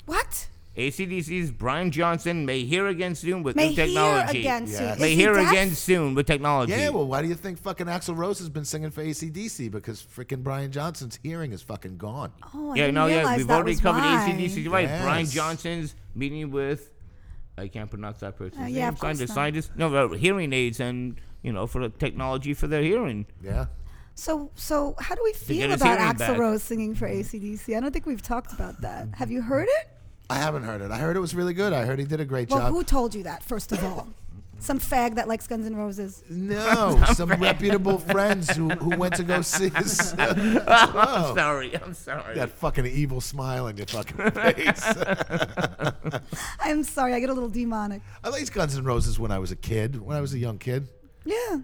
[SPEAKER 1] what?
[SPEAKER 4] ACDC's Brian Johnson may hear again soon with
[SPEAKER 1] May
[SPEAKER 4] new
[SPEAKER 1] hear
[SPEAKER 4] technology.
[SPEAKER 1] again soon.
[SPEAKER 2] Yeah.
[SPEAKER 1] Is
[SPEAKER 4] May
[SPEAKER 1] he
[SPEAKER 4] hear
[SPEAKER 1] deaf?
[SPEAKER 4] again soon with technology.
[SPEAKER 2] Yeah, well, why do you think fucking Axl Rose has been singing for ACDC? Because freaking Brian Johnson's hearing is fucking gone.
[SPEAKER 1] Oh, I
[SPEAKER 4] yeah,
[SPEAKER 1] didn't
[SPEAKER 4] no, yeah,
[SPEAKER 1] realize
[SPEAKER 4] we've
[SPEAKER 1] that
[SPEAKER 4] already
[SPEAKER 1] was
[SPEAKER 4] covered
[SPEAKER 1] why.
[SPEAKER 4] ACDC. You're right. Brian
[SPEAKER 2] Yes.
[SPEAKER 4] Johnson's meeting with, I can't pronounce that person's
[SPEAKER 1] Uh, yeah,
[SPEAKER 4] name.
[SPEAKER 1] of course
[SPEAKER 4] scientist,
[SPEAKER 1] not.
[SPEAKER 4] scientist. No, uh, hearing aids and, you know, for the technology for their hearing.
[SPEAKER 2] Yeah.
[SPEAKER 1] So, so how do we feel
[SPEAKER 4] get his
[SPEAKER 1] about
[SPEAKER 4] hearing
[SPEAKER 1] Axl
[SPEAKER 4] back.
[SPEAKER 1] Rose singing for ACDC? I don't think we've talked about
[SPEAKER 2] Mm-hmm.
[SPEAKER 1] that. Have you heard it?
[SPEAKER 2] I haven't heard it. I heard it was really good. I heard he did a great
[SPEAKER 1] Well,
[SPEAKER 2] job.
[SPEAKER 1] who told you that? First of all, some fag that likes Guns N' Roses.
[SPEAKER 2] no, some reputable friends who, who went to go see his Oh.
[SPEAKER 4] I'm sorry. I'm sorry.
[SPEAKER 2] that fucking evil smile on your fucking face.
[SPEAKER 1] I'm sorry, I get a little demonic.
[SPEAKER 2] I liked Guns N' Roses when I was a kid. When I was a young kid,
[SPEAKER 1] Yeah.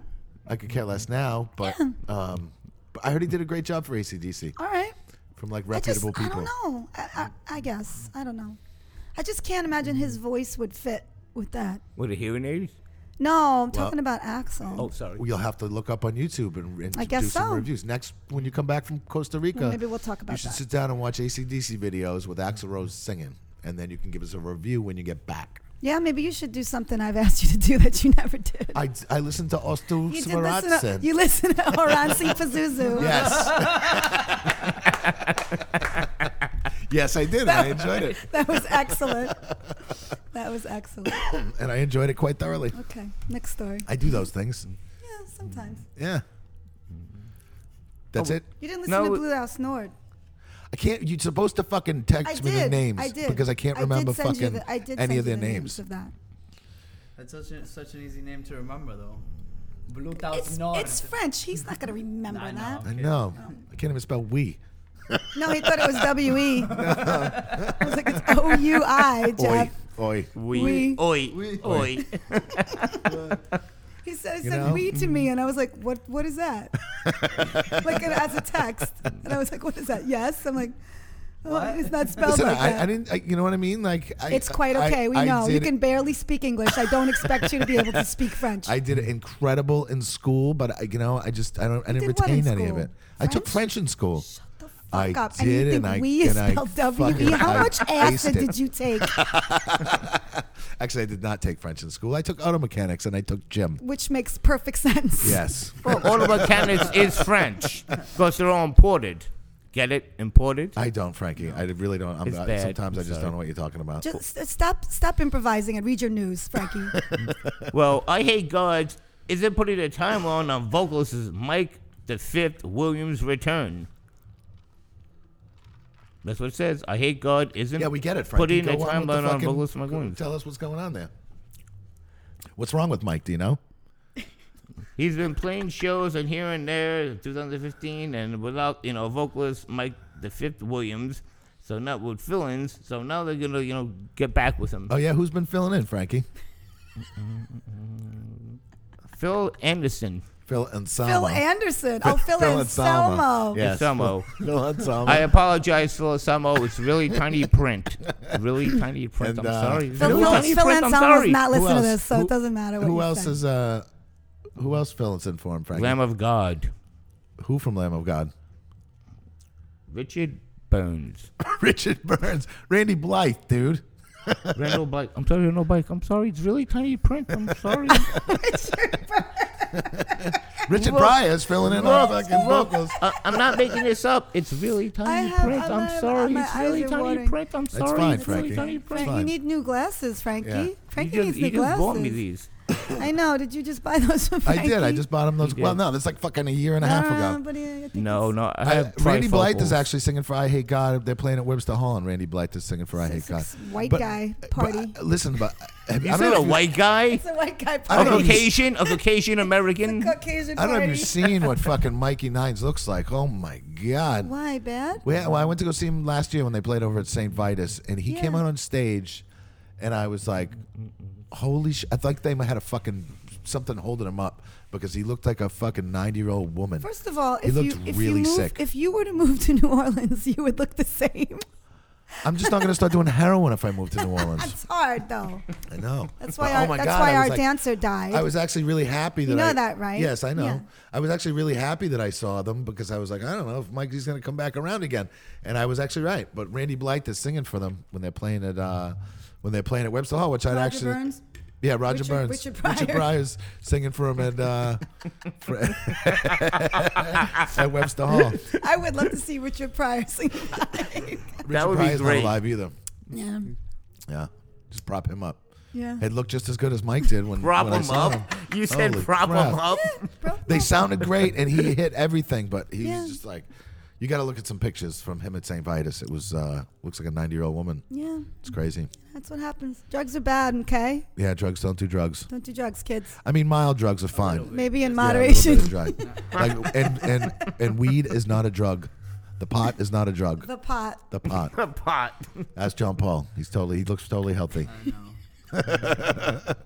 [SPEAKER 2] I could care less now. But um, but I heard he did a great job for ACDC
[SPEAKER 1] All right.
[SPEAKER 2] from like
[SPEAKER 1] I just,
[SPEAKER 2] reputable
[SPEAKER 1] I
[SPEAKER 2] people.
[SPEAKER 1] don't know. I, I, I guess I don't know. I just can't imagine his
[SPEAKER 2] Mm-hmm.
[SPEAKER 1] voice would fit with that.
[SPEAKER 4] With the hearing aids?
[SPEAKER 1] No, I'm talking about Axel.
[SPEAKER 4] Oh, sorry.
[SPEAKER 2] Well, You'll have to look up on YouTube and, and
[SPEAKER 1] I guess
[SPEAKER 2] do some
[SPEAKER 1] so.
[SPEAKER 2] reviews. Next, when you come back from Costa Rica,
[SPEAKER 1] maybe we'll talk
[SPEAKER 2] You
[SPEAKER 1] about
[SPEAKER 2] should
[SPEAKER 1] that.
[SPEAKER 2] sit down and watch ACDC videos with Axl Rose singing, and then you can give us a review when you get back.
[SPEAKER 1] Yeah, maybe you should do something I've asked you to do that you never did.
[SPEAKER 2] I, I listened to Ostu
[SPEAKER 1] you did listen. To,
[SPEAKER 2] Svaratzen.
[SPEAKER 1] you listen to Oransi Pazuzu.
[SPEAKER 2] Yes. yes, I did. I enjoyed it,
[SPEAKER 1] That was excellent. that was excellent.
[SPEAKER 2] and I enjoyed it quite thoroughly.
[SPEAKER 1] Okay, next story.
[SPEAKER 2] I do those things.
[SPEAKER 1] Yeah, sometimes.
[SPEAKER 2] Yeah. That's it.
[SPEAKER 1] You didn't listen
[SPEAKER 4] No,
[SPEAKER 1] to
[SPEAKER 4] it-
[SPEAKER 1] Blue House Nord.
[SPEAKER 2] I can't. You're supposed to fucking text
[SPEAKER 1] I
[SPEAKER 2] me the
[SPEAKER 1] did.
[SPEAKER 2] names
[SPEAKER 1] I did.
[SPEAKER 2] because I can't
[SPEAKER 1] did
[SPEAKER 2] remember
[SPEAKER 1] send you
[SPEAKER 2] fucking
[SPEAKER 1] the- I did
[SPEAKER 2] any
[SPEAKER 1] send
[SPEAKER 2] of
[SPEAKER 1] you
[SPEAKER 2] their
[SPEAKER 1] the
[SPEAKER 2] names.
[SPEAKER 1] of that.
[SPEAKER 3] That's such, a, such an easy name to remember, though. Bluetooth
[SPEAKER 1] It's,
[SPEAKER 3] Nord.
[SPEAKER 1] it's French. He's not going to remember
[SPEAKER 3] I know.
[SPEAKER 1] that.
[SPEAKER 2] I know. I can't even spell we.
[SPEAKER 1] No, he thought it was W E. Um, I was like, it's O U I,
[SPEAKER 2] Oi,
[SPEAKER 1] Jeff.
[SPEAKER 2] oi.
[SPEAKER 1] We-
[SPEAKER 4] We. Oi. Oi.
[SPEAKER 1] He said, he
[SPEAKER 2] You
[SPEAKER 1] said
[SPEAKER 2] know? Mm.
[SPEAKER 1] we to me, and I was like, what? What is that? like and as a text, and I was like, what is that? Yes, I'm like, oh,
[SPEAKER 3] What?
[SPEAKER 1] it's not spelled
[SPEAKER 2] Listen,
[SPEAKER 1] like
[SPEAKER 2] I,
[SPEAKER 1] that.
[SPEAKER 2] I didn't. I, you know what I mean? Like, I,
[SPEAKER 1] it's quite
[SPEAKER 2] I-
[SPEAKER 1] okay. we
[SPEAKER 2] I
[SPEAKER 1] know you
[SPEAKER 2] did-
[SPEAKER 1] can barely speak English. I don't expect you to be able to speak French.
[SPEAKER 2] I did incredible in school, but I, you know, I just I don't I didn't
[SPEAKER 1] did what in
[SPEAKER 2] retain any of
[SPEAKER 1] school?
[SPEAKER 2] it. I took
[SPEAKER 1] French?
[SPEAKER 2] French in school.
[SPEAKER 1] the fuck
[SPEAKER 2] I
[SPEAKER 1] up.
[SPEAKER 2] did,
[SPEAKER 1] and you think
[SPEAKER 2] and I-
[SPEAKER 1] we is
[SPEAKER 2] and I
[SPEAKER 1] spelled W E.
[SPEAKER 2] fucking-
[SPEAKER 1] How
[SPEAKER 2] I
[SPEAKER 1] much acid
[SPEAKER 2] aced it.
[SPEAKER 1] did you take?
[SPEAKER 2] Actually, I did not take French in school. I took auto mechanics and I took gym.
[SPEAKER 1] Which makes perfect sense.
[SPEAKER 2] Yes,
[SPEAKER 4] Well, all of our candidates is French because they're all imported. Get it? Imported?
[SPEAKER 2] I don't, Frankie. I really don't. I'm,
[SPEAKER 4] It's
[SPEAKER 2] I-
[SPEAKER 4] bad.
[SPEAKER 2] Sometimes i
[SPEAKER 4] I'm
[SPEAKER 2] just
[SPEAKER 4] sorry.
[SPEAKER 2] don't know what you're talking about.
[SPEAKER 1] Just uh, stop, stop improvising and read your news, Frankie.
[SPEAKER 4] Well, I Hate Gods isn't putting a timeline on vocalist Mike the Fifth Williams' return. That's what it says. I Hate God isn't
[SPEAKER 2] yeah, we get it, Frankie.
[SPEAKER 4] putting
[SPEAKER 2] Go
[SPEAKER 4] a
[SPEAKER 2] on with the
[SPEAKER 4] timeline on
[SPEAKER 2] fucking-
[SPEAKER 4] vocalist Mike Williams.
[SPEAKER 2] Tell us what's going on there. What's wrong with Mike? Do you know?
[SPEAKER 4] He's been playing shows and here and there in 2015 and without, you know, vocalist Mike the Fifth Williams. So not with fill-ins. So now they're going to, you know, get back with him.
[SPEAKER 2] Oh yeah, who's been filling in, Frankie?
[SPEAKER 4] Phil Anderson.
[SPEAKER 2] Phil Anselmo.
[SPEAKER 1] Phil Anderson. Oh, Phil, Anselmo.
[SPEAKER 2] Yes.
[SPEAKER 4] Anselmo.
[SPEAKER 2] Phil Anselmo.
[SPEAKER 4] I apologize, Phil Anselmo. It's really tiny print. Really tiny print.
[SPEAKER 2] And,
[SPEAKER 4] I'm
[SPEAKER 2] uh,
[SPEAKER 4] sorry.
[SPEAKER 1] Phil,
[SPEAKER 4] Really
[SPEAKER 1] Phil,
[SPEAKER 4] tiny
[SPEAKER 1] Phil
[SPEAKER 4] print, I'm
[SPEAKER 1] Anselmo's
[SPEAKER 4] sorry.
[SPEAKER 1] not
[SPEAKER 2] Who
[SPEAKER 1] listening to
[SPEAKER 2] else?
[SPEAKER 1] this, so
[SPEAKER 2] Who-
[SPEAKER 1] it doesn't matter what
[SPEAKER 2] Who
[SPEAKER 1] you
[SPEAKER 2] else
[SPEAKER 1] say.
[SPEAKER 2] is uh? Who else fills in for him, Frankie?
[SPEAKER 4] Lamb of God.
[SPEAKER 2] Who from Lamb of God?
[SPEAKER 4] Richard Burns.
[SPEAKER 2] Richard Burns, Randy Blythe, dude.
[SPEAKER 4] Randall Bike. I'm sorry, Randall Bike. I'm sorry. It's really tiny print. I'm sorry.
[SPEAKER 2] Richard Pryor's filling in all the fucking vocals.
[SPEAKER 4] I, Uh, I'm not making this up. It's really tiny
[SPEAKER 1] have-
[SPEAKER 4] print.
[SPEAKER 1] I'm
[SPEAKER 4] I'm,
[SPEAKER 1] not-
[SPEAKER 4] sorry.
[SPEAKER 1] my
[SPEAKER 4] it's
[SPEAKER 1] eyes
[SPEAKER 4] really
[SPEAKER 1] are
[SPEAKER 4] tiny
[SPEAKER 1] watering.
[SPEAKER 4] print. I'm sorry.
[SPEAKER 2] fine,
[SPEAKER 4] it's really
[SPEAKER 2] Frankie.
[SPEAKER 4] tiny print.
[SPEAKER 1] Frank, you
[SPEAKER 2] fine.
[SPEAKER 1] need new glasses, Frankie.
[SPEAKER 2] Yeah. You
[SPEAKER 4] You
[SPEAKER 1] Frankie
[SPEAKER 4] just,
[SPEAKER 1] needs new
[SPEAKER 4] you just bought me
[SPEAKER 1] glasses.
[SPEAKER 4] these.
[SPEAKER 1] I know. Did you just buy those from
[SPEAKER 2] I
[SPEAKER 1] Frankie?
[SPEAKER 2] did. I just bought him those.
[SPEAKER 4] He
[SPEAKER 2] Well,
[SPEAKER 4] did.
[SPEAKER 2] no, that's like fucking a year and a half
[SPEAKER 1] Uh,
[SPEAKER 2] ago.
[SPEAKER 1] but yeah, I think
[SPEAKER 4] No,
[SPEAKER 1] it's-
[SPEAKER 4] no. I
[SPEAKER 2] I-
[SPEAKER 4] have
[SPEAKER 2] Randy Blythe is
[SPEAKER 4] trifocals.
[SPEAKER 2] actually singing for "I Hate God." They're playing at Webster Hall, and Randy Blythe is singing for "I Hate
[SPEAKER 1] It's a
[SPEAKER 2] God."
[SPEAKER 1] s- white
[SPEAKER 2] But-
[SPEAKER 1] guy
[SPEAKER 2] but,
[SPEAKER 1] party.
[SPEAKER 2] uh, listen, but have,
[SPEAKER 4] You
[SPEAKER 2] I don't know
[SPEAKER 4] said a
[SPEAKER 2] if you-
[SPEAKER 4] white guy?
[SPEAKER 1] It's a white guy
[SPEAKER 2] I
[SPEAKER 4] A
[SPEAKER 1] party.
[SPEAKER 2] don't know if you-
[SPEAKER 4] Caucasian? A Caucasian American?
[SPEAKER 1] Caucasian
[SPEAKER 2] I don't know if
[SPEAKER 1] party.
[SPEAKER 2] you've seen what fucking Mikey Nines looks like. Oh my god.
[SPEAKER 1] Why bad?
[SPEAKER 2] Well, yeah, well, I went to go see him last year when they played over at St. Vitus, and he came
[SPEAKER 1] Yeah.
[SPEAKER 2] out on stage, and I was like, "Holy sh!" I think they might had a fucking something holding him up because he looked like a fucking ninety-year-old woman.
[SPEAKER 1] First of all,
[SPEAKER 2] He
[SPEAKER 1] if you
[SPEAKER 2] looked
[SPEAKER 1] if you
[SPEAKER 2] really
[SPEAKER 1] moved,
[SPEAKER 2] sick.
[SPEAKER 1] if you were to move to New Orleans, you would look the same.
[SPEAKER 2] I'm just not gonna start doing heroin if I move to New Orleans.
[SPEAKER 1] It's hard though.
[SPEAKER 2] I know.
[SPEAKER 1] That's why
[SPEAKER 2] But,
[SPEAKER 1] our
[SPEAKER 2] oh my
[SPEAKER 1] that's
[SPEAKER 2] God,
[SPEAKER 1] why
[SPEAKER 2] I was
[SPEAKER 1] our
[SPEAKER 2] like-
[SPEAKER 1] dancer died.
[SPEAKER 2] I was actually really happy that
[SPEAKER 1] know
[SPEAKER 2] I,
[SPEAKER 1] that, right?
[SPEAKER 2] Yes, I know.
[SPEAKER 1] Yeah.
[SPEAKER 2] I was actually really happy that I saw them because I was like, I don't know if Mikey's going to come back around again, and I was actually right. But Randy Blythe is singing for them when they're playing at uh, when they're playing at Webster Hall, which I'd
[SPEAKER 1] Roger
[SPEAKER 2] actually
[SPEAKER 1] Burns?
[SPEAKER 2] yeah, Roger
[SPEAKER 1] Richard-
[SPEAKER 2] Burns,
[SPEAKER 1] Richard Pryor.
[SPEAKER 2] Pryor's singing for him at uh, for- at Webster Hall.
[SPEAKER 1] I would love to see Richard Pryor sing.
[SPEAKER 4] that
[SPEAKER 2] Richard
[SPEAKER 4] would be
[SPEAKER 2] Pryor's not
[SPEAKER 4] great.
[SPEAKER 2] alive either.
[SPEAKER 1] yeah. Yeah.
[SPEAKER 2] Yeah, just prop him up.
[SPEAKER 1] Yeah.
[SPEAKER 2] It looked just as good as Mike did when
[SPEAKER 4] Prop
[SPEAKER 2] when I
[SPEAKER 4] him
[SPEAKER 2] saw
[SPEAKER 4] up.
[SPEAKER 2] him.
[SPEAKER 4] You said
[SPEAKER 2] Holy
[SPEAKER 4] prop
[SPEAKER 2] crap.
[SPEAKER 4] him up.
[SPEAKER 1] Bro-
[SPEAKER 2] They sounded great, and he hit everything. But he
[SPEAKER 1] Yeah.
[SPEAKER 2] was just like, you got to look at some pictures from him at St. Vitus. It was uh, looks like a ninety year old woman.
[SPEAKER 1] yeah.
[SPEAKER 2] It's crazy.
[SPEAKER 1] That's what happens. Drugs are bad, okay?
[SPEAKER 2] Yeah, drugs don't do drugs.
[SPEAKER 1] Don't do drugs, kids.
[SPEAKER 2] I mean, mild drugs are fine.
[SPEAKER 1] Maybe in
[SPEAKER 2] Yeah, a
[SPEAKER 1] moderation.
[SPEAKER 2] little bit of drug. like, and and and weed is not a drug. The pot is not a drug.
[SPEAKER 1] the pot.
[SPEAKER 2] The pot.
[SPEAKER 4] The pot.
[SPEAKER 2] That's John Paul. He's totally. He looks totally healthy.
[SPEAKER 3] I know.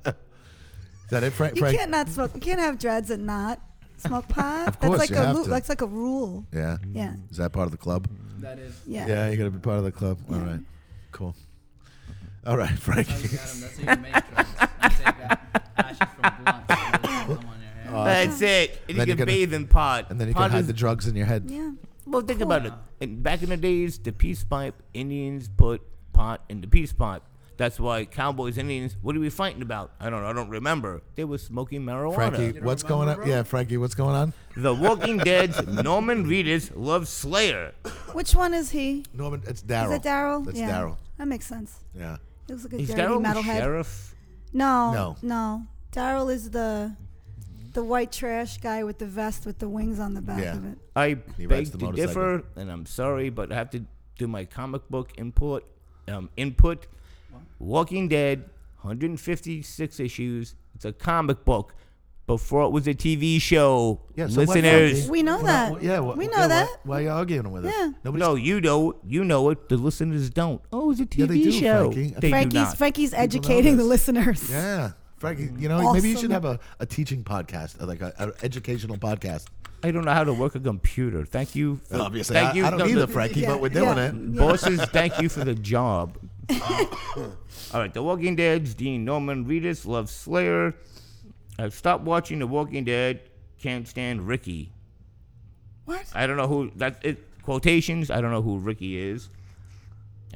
[SPEAKER 2] Is that it, Frank?
[SPEAKER 1] You
[SPEAKER 2] Frank?
[SPEAKER 1] can't not smoke. You can't have dreads and not smoke pot.
[SPEAKER 2] Of course
[SPEAKER 1] that's like
[SPEAKER 2] you
[SPEAKER 1] a
[SPEAKER 2] have
[SPEAKER 1] lu-
[SPEAKER 2] to.
[SPEAKER 1] that's like a rule.
[SPEAKER 2] Yeah.
[SPEAKER 1] Yeah.
[SPEAKER 2] Is that part of the club?
[SPEAKER 3] That is.
[SPEAKER 1] Yeah.
[SPEAKER 2] Yeah, you got to be part of the club. All right. Cool. All right, Frank.
[SPEAKER 3] That's how you got 'em. That's how you make drugs. You take that ashes from blunts and you just put 'em on your hair.
[SPEAKER 4] That's it. And you
[SPEAKER 2] Then you
[SPEAKER 4] can
[SPEAKER 2] can-
[SPEAKER 4] bathe in pot.
[SPEAKER 2] And then you
[SPEAKER 4] pot
[SPEAKER 2] can hide
[SPEAKER 4] is-
[SPEAKER 2] the drugs in your head.
[SPEAKER 1] Yeah.
[SPEAKER 4] Well, think about it. In, back in the days, the peace pipe, Indians put pot in the peace pipe. That's why cowboys, Indians, what are we fighting about? I don't know. I don't remember. They were smoking marijuana.
[SPEAKER 2] Frankie,
[SPEAKER 3] don't
[SPEAKER 2] what's
[SPEAKER 3] remember,
[SPEAKER 2] going on?
[SPEAKER 3] bro?
[SPEAKER 2] Yeah, Frankie, what's going on?
[SPEAKER 4] The Walking Dead's Norman Reedus loves Slayer.
[SPEAKER 1] Which one is he?
[SPEAKER 2] Norman,
[SPEAKER 1] Is
[SPEAKER 2] it's Daryl.
[SPEAKER 1] it Daryl?
[SPEAKER 2] That's
[SPEAKER 1] yeah.
[SPEAKER 2] Daryl.
[SPEAKER 1] That makes sense.
[SPEAKER 2] Yeah.
[SPEAKER 1] He looks like a
[SPEAKER 4] Is
[SPEAKER 1] dirty
[SPEAKER 4] Daryl the
[SPEAKER 1] metalhead.
[SPEAKER 4] sheriff?
[SPEAKER 1] No,
[SPEAKER 2] No.
[SPEAKER 1] no, Daryl is the the white trash guy with the vest with the wings on the back
[SPEAKER 2] Yeah.
[SPEAKER 1] of it.
[SPEAKER 4] I
[SPEAKER 2] He rides
[SPEAKER 4] beg
[SPEAKER 2] the
[SPEAKER 4] to
[SPEAKER 2] motorcycle.
[SPEAKER 4] differ, and I'm sorry, but I have to do my comic book input. Um, input. Walking Dead, 156 issues. It's a comic book. Before it was a TV show.
[SPEAKER 2] Yeah, so what-
[SPEAKER 4] Listeners,
[SPEAKER 1] We know that.
[SPEAKER 2] Well, yeah. Well,
[SPEAKER 1] Uh, we know
[SPEAKER 2] yeah,
[SPEAKER 1] that.
[SPEAKER 2] Why, why are you arguing with us?
[SPEAKER 1] Yeah.
[SPEAKER 2] Nobody's,
[SPEAKER 4] no, you know, you know it. The listeners don't. Oh, it's a TV
[SPEAKER 2] Yeah, they do,
[SPEAKER 4] show.
[SPEAKER 2] Frankie.
[SPEAKER 4] They do
[SPEAKER 1] Frankie's
[SPEAKER 4] not.
[SPEAKER 1] Frankie's
[SPEAKER 2] know
[SPEAKER 1] educating the
[SPEAKER 2] this.
[SPEAKER 1] listeners.
[SPEAKER 2] Yeah. Frankie, you know, maybe you
[SPEAKER 1] Awesome.
[SPEAKER 2] should have a, a teaching podcast, uh, like an educational podcast.
[SPEAKER 4] I don't know how to work a computer. Thank you. For,
[SPEAKER 2] Obviously,
[SPEAKER 4] thank
[SPEAKER 2] I,
[SPEAKER 4] you.
[SPEAKER 2] I don't
[SPEAKER 4] no,
[SPEAKER 2] either,
[SPEAKER 4] the-
[SPEAKER 2] Frankie,
[SPEAKER 1] Yeah.
[SPEAKER 2] but we're doing
[SPEAKER 1] Yeah.
[SPEAKER 2] it.
[SPEAKER 4] Bosses, thank you for the job. All right, The Walking Dead's Dean Norman Reedus loves Slayer. I've stopped watching The Walking Dead. Can't stand Ricky.
[SPEAKER 1] What?
[SPEAKER 4] I don't know who that it quotations. I don't know who Ricky is.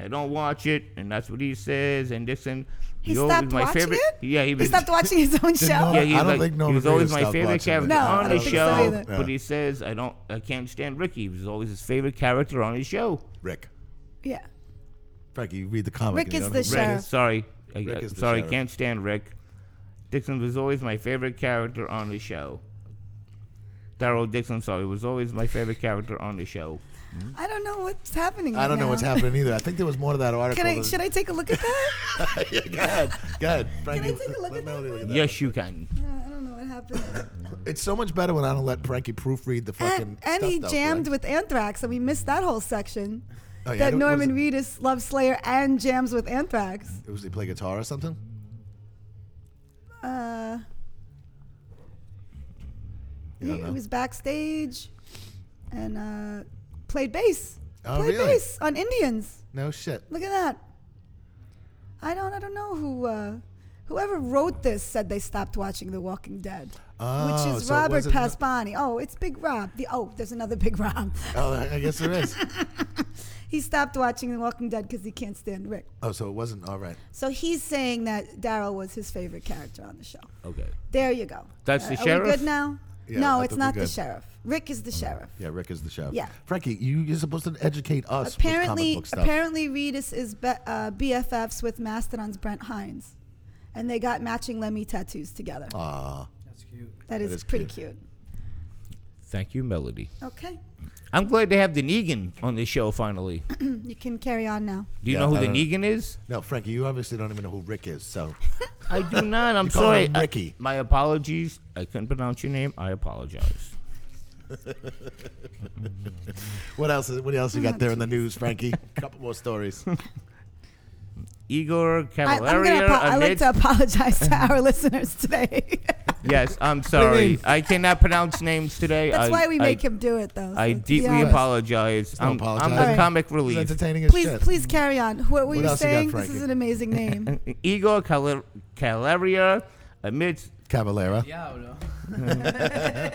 [SPEAKER 4] I don't watch it, and that's what he says. And this and
[SPEAKER 1] He
[SPEAKER 4] he always
[SPEAKER 1] stopped
[SPEAKER 4] was my
[SPEAKER 1] watching
[SPEAKER 4] favorite.
[SPEAKER 1] it?
[SPEAKER 4] Yeah, he
[SPEAKER 1] He
[SPEAKER 4] was.
[SPEAKER 1] stopped watching his own show.
[SPEAKER 2] Norman-
[SPEAKER 4] yeah, he
[SPEAKER 2] I
[SPEAKER 4] was
[SPEAKER 2] don't
[SPEAKER 4] like,
[SPEAKER 2] think Norman
[SPEAKER 4] he was always
[SPEAKER 2] Reedus
[SPEAKER 4] my
[SPEAKER 2] stopped
[SPEAKER 4] favorite
[SPEAKER 2] watching it.
[SPEAKER 4] character
[SPEAKER 1] No, I
[SPEAKER 4] on the
[SPEAKER 1] don't think so
[SPEAKER 4] show.
[SPEAKER 1] either.
[SPEAKER 4] but
[SPEAKER 2] Yeah.
[SPEAKER 4] he says I don't, I can't stand Ricky. He was always his favorite character on his show.
[SPEAKER 2] Rick.
[SPEAKER 1] Yeah.
[SPEAKER 2] Frankie, you read the comic.
[SPEAKER 1] Rick
[SPEAKER 2] and you
[SPEAKER 1] is
[SPEAKER 2] don't
[SPEAKER 1] the
[SPEAKER 2] know who
[SPEAKER 1] sheriff.
[SPEAKER 2] Rick
[SPEAKER 4] Rick,
[SPEAKER 2] is.
[SPEAKER 4] sorry, I, uh,
[SPEAKER 2] Rick is the
[SPEAKER 4] sorry,
[SPEAKER 2] sheriff.
[SPEAKER 4] can't stand Rick. Dixon was always my favorite character on the show. Daryl Dixon, sorry, was always my favorite character on the show.
[SPEAKER 1] I don't know what's happening.
[SPEAKER 2] I
[SPEAKER 1] right
[SPEAKER 2] don't know
[SPEAKER 1] now.
[SPEAKER 2] what's happening either. I think there was more to that article.
[SPEAKER 1] Can I?
[SPEAKER 2] than-
[SPEAKER 1] Should I take a look at that?
[SPEAKER 2] yeah, go ahead. Go ahead. Frankie,
[SPEAKER 1] take a look
[SPEAKER 2] let
[SPEAKER 1] at
[SPEAKER 2] Melody
[SPEAKER 1] that?
[SPEAKER 2] look at that.
[SPEAKER 4] Yes, you can.
[SPEAKER 1] Yeah, I don't know what happened.
[SPEAKER 2] It's so much better when I don't let Frankie proofread the fucking
[SPEAKER 1] and and
[SPEAKER 2] stuff,
[SPEAKER 1] he
[SPEAKER 2] though,
[SPEAKER 1] jammed
[SPEAKER 2] Frank.
[SPEAKER 1] with Anthrax, and we missed that whole section.
[SPEAKER 2] Oh, yeah, I
[SPEAKER 1] that
[SPEAKER 2] don't-
[SPEAKER 1] Norman
[SPEAKER 2] was
[SPEAKER 1] Reedus loves Slayer and jams with Anthrax.
[SPEAKER 2] it- Was he play guitar or something?
[SPEAKER 1] Uh, he,
[SPEAKER 2] You don't
[SPEAKER 1] he
[SPEAKER 2] know?
[SPEAKER 1] was backstage and uh, played bass.
[SPEAKER 2] Oh,
[SPEAKER 1] played
[SPEAKER 2] really?
[SPEAKER 1] bass on Indians.
[SPEAKER 2] No shit.
[SPEAKER 1] Look at that. I don't. I don't know who. Uh, whoever wrote this said they stopped watching The Walking Dead,
[SPEAKER 2] Oh,
[SPEAKER 1] which is
[SPEAKER 2] so it
[SPEAKER 1] Robert
[SPEAKER 2] wasn't-
[SPEAKER 1] Pasbani. Oh, it's Big Rob. The oh, there's another Big Rob.
[SPEAKER 2] Oh, I guess there is.
[SPEAKER 1] he stopped watching The Walking Dead because he can't stand Rick.
[SPEAKER 2] Oh, so it wasn't. All right.
[SPEAKER 1] So he's saying that Daryl was his favorite character on the show.
[SPEAKER 4] Okay.
[SPEAKER 1] There you go.
[SPEAKER 4] That's the
[SPEAKER 1] Are
[SPEAKER 4] sheriff?
[SPEAKER 1] We good now?
[SPEAKER 2] Yeah, I
[SPEAKER 1] no,
[SPEAKER 2] think
[SPEAKER 1] it's
[SPEAKER 2] we're
[SPEAKER 1] not the
[SPEAKER 2] good.
[SPEAKER 1] sheriff. Rick is the sheriff.
[SPEAKER 2] Yeah, Rick is the chef.
[SPEAKER 1] Yeah.
[SPEAKER 2] Frankie, you, you're supposed to educate us.
[SPEAKER 1] Apparently,
[SPEAKER 2] with comic book stuff.
[SPEAKER 1] apparently, Reedus is be, uh, BFFs with Mastodon's Brent Hines, and they got matching Lemmy tattoos together.
[SPEAKER 2] Aw.
[SPEAKER 3] That's cute.
[SPEAKER 1] that is,
[SPEAKER 2] Oh, is
[SPEAKER 1] pretty cute.
[SPEAKER 4] Thank you, Melody.
[SPEAKER 1] Okay,
[SPEAKER 4] I'm glad they have the Negan on this show finally.
[SPEAKER 1] Mm, you can carry on now.
[SPEAKER 4] Do you
[SPEAKER 2] Yeah, uh,
[SPEAKER 4] know who
[SPEAKER 2] I
[SPEAKER 4] the
[SPEAKER 2] don't-
[SPEAKER 4] Negan is?
[SPEAKER 2] No, Frankie, you obviously don't even know who Rick is. So
[SPEAKER 4] I do not. I'm
[SPEAKER 2] You call
[SPEAKER 4] sorry.
[SPEAKER 2] him
[SPEAKER 4] I-
[SPEAKER 2] Ricky.
[SPEAKER 4] my apologies. I couldn't pronounce your name. I apologize.
[SPEAKER 2] what else? Is, what else you got there in the news, Frankie? A couple more stories.
[SPEAKER 1] I,
[SPEAKER 4] Igor
[SPEAKER 1] I'm gonna
[SPEAKER 4] Cavalieri.
[SPEAKER 1] apo- I like
[SPEAKER 4] amidst-
[SPEAKER 1] to apologize to our listeners today.
[SPEAKER 4] yes, I'm sorry. I cannot pronounce names today.
[SPEAKER 1] That's
[SPEAKER 4] I,
[SPEAKER 1] why we
[SPEAKER 4] I-
[SPEAKER 1] make him do it, though.
[SPEAKER 4] I
[SPEAKER 1] so to be
[SPEAKER 4] deeply
[SPEAKER 1] honest.
[SPEAKER 4] apologize.
[SPEAKER 2] no
[SPEAKER 4] I'm, I'm the
[SPEAKER 2] apologizing.
[SPEAKER 4] comic
[SPEAKER 2] He's
[SPEAKER 4] relief.
[SPEAKER 2] entertaining as
[SPEAKER 1] Please,
[SPEAKER 2] shit.
[SPEAKER 1] please carry on. What were
[SPEAKER 2] What
[SPEAKER 1] you
[SPEAKER 2] else you got,
[SPEAKER 1] saying? this is
[SPEAKER 2] Frankie?
[SPEAKER 1] an amazing name.
[SPEAKER 4] Igor Caler- Caleria amidst
[SPEAKER 2] Cavalera.
[SPEAKER 3] Yeah, I would know.
[SPEAKER 2] No,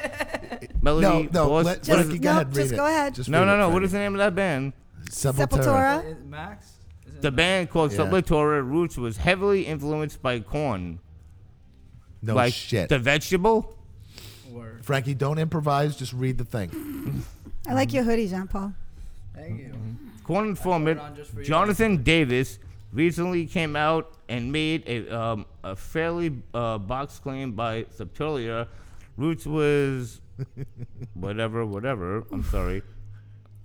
[SPEAKER 4] Melody.
[SPEAKER 2] no, let,
[SPEAKER 4] Bos- what
[SPEAKER 1] Just-
[SPEAKER 4] is
[SPEAKER 2] Frankie,
[SPEAKER 4] it?
[SPEAKER 2] go
[SPEAKER 1] no,
[SPEAKER 2] ahead. read
[SPEAKER 1] just
[SPEAKER 2] it.
[SPEAKER 1] go ahead.
[SPEAKER 2] Just
[SPEAKER 4] no,
[SPEAKER 2] read
[SPEAKER 4] no,
[SPEAKER 2] it,
[SPEAKER 4] no. What
[SPEAKER 2] Frankie.
[SPEAKER 4] is the name of that band?
[SPEAKER 2] Sepultura.
[SPEAKER 1] Sepultura.
[SPEAKER 3] Is it Max? Is it
[SPEAKER 4] The band called
[SPEAKER 2] Yeah.
[SPEAKER 4] Sepultura Roots was heavily influenced by corn.
[SPEAKER 2] No
[SPEAKER 4] like
[SPEAKER 2] shit.
[SPEAKER 4] The vegetable?
[SPEAKER 3] Or
[SPEAKER 2] Frankie, don't improvise. Just read the thing.
[SPEAKER 1] I
[SPEAKER 4] Um,
[SPEAKER 1] like your hoodie, Jean Paul.
[SPEAKER 3] thank you.
[SPEAKER 4] Corn informant
[SPEAKER 3] on just for you.
[SPEAKER 4] Jonathan Davis recently came out and made a, um, a fairly uh, box claim by Septulia. Roots was whatever, whatever. I'm sorry.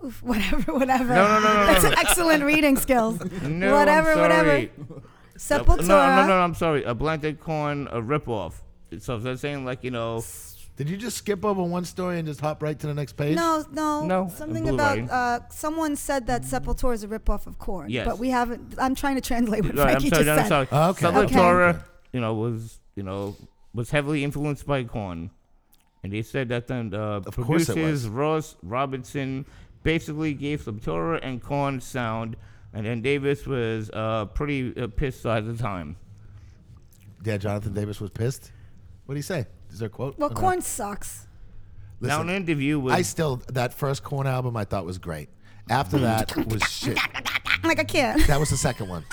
[SPEAKER 1] Oof, whatever, whatever.
[SPEAKER 4] No, no, no, no,
[SPEAKER 1] That's
[SPEAKER 4] no, no.
[SPEAKER 1] excellent reading skills.
[SPEAKER 4] No,
[SPEAKER 1] whatever,
[SPEAKER 4] I'm
[SPEAKER 1] whatever.
[SPEAKER 4] sorry. No,
[SPEAKER 1] Sepultura.
[SPEAKER 4] no, no, no, I'm sorry. A blended corn, a ripoff. So if they're saying like, you know,
[SPEAKER 2] Did you just skip over one story and just hop right to the next page?
[SPEAKER 1] No, no,
[SPEAKER 4] No,
[SPEAKER 1] Something
[SPEAKER 4] Blue
[SPEAKER 1] about
[SPEAKER 4] Ivy.
[SPEAKER 1] uh, someone said that Sepultura is a ripoff of Korn.
[SPEAKER 4] Yes.
[SPEAKER 1] But we haven't. I'm trying to translate what
[SPEAKER 4] Right, I'm
[SPEAKER 1] Frankie
[SPEAKER 4] sorry,
[SPEAKER 1] just
[SPEAKER 4] I'm
[SPEAKER 1] said.
[SPEAKER 4] sorry.
[SPEAKER 2] Oh, okay.
[SPEAKER 4] Sepultura,
[SPEAKER 2] Okay.
[SPEAKER 4] you know, was you know was heavily influenced by Korn, and they said that then uh,
[SPEAKER 2] course it
[SPEAKER 4] producers Ross Robinson basically gave Sepultura and Korn sound, and then Davis was uh, pretty uh, pissed at the time.
[SPEAKER 2] Yeah, Jonathan Davis was pissed. What do you say? Is there a quote?
[SPEAKER 1] Well,
[SPEAKER 2] or no?
[SPEAKER 1] Korn sucks.
[SPEAKER 4] now
[SPEAKER 2] Listen,
[SPEAKER 4] an interview with
[SPEAKER 2] I still that first Corn album I thought was great. After that was shit.
[SPEAKER 1] Like I can't.
[SPEAKER 2] That was the second one.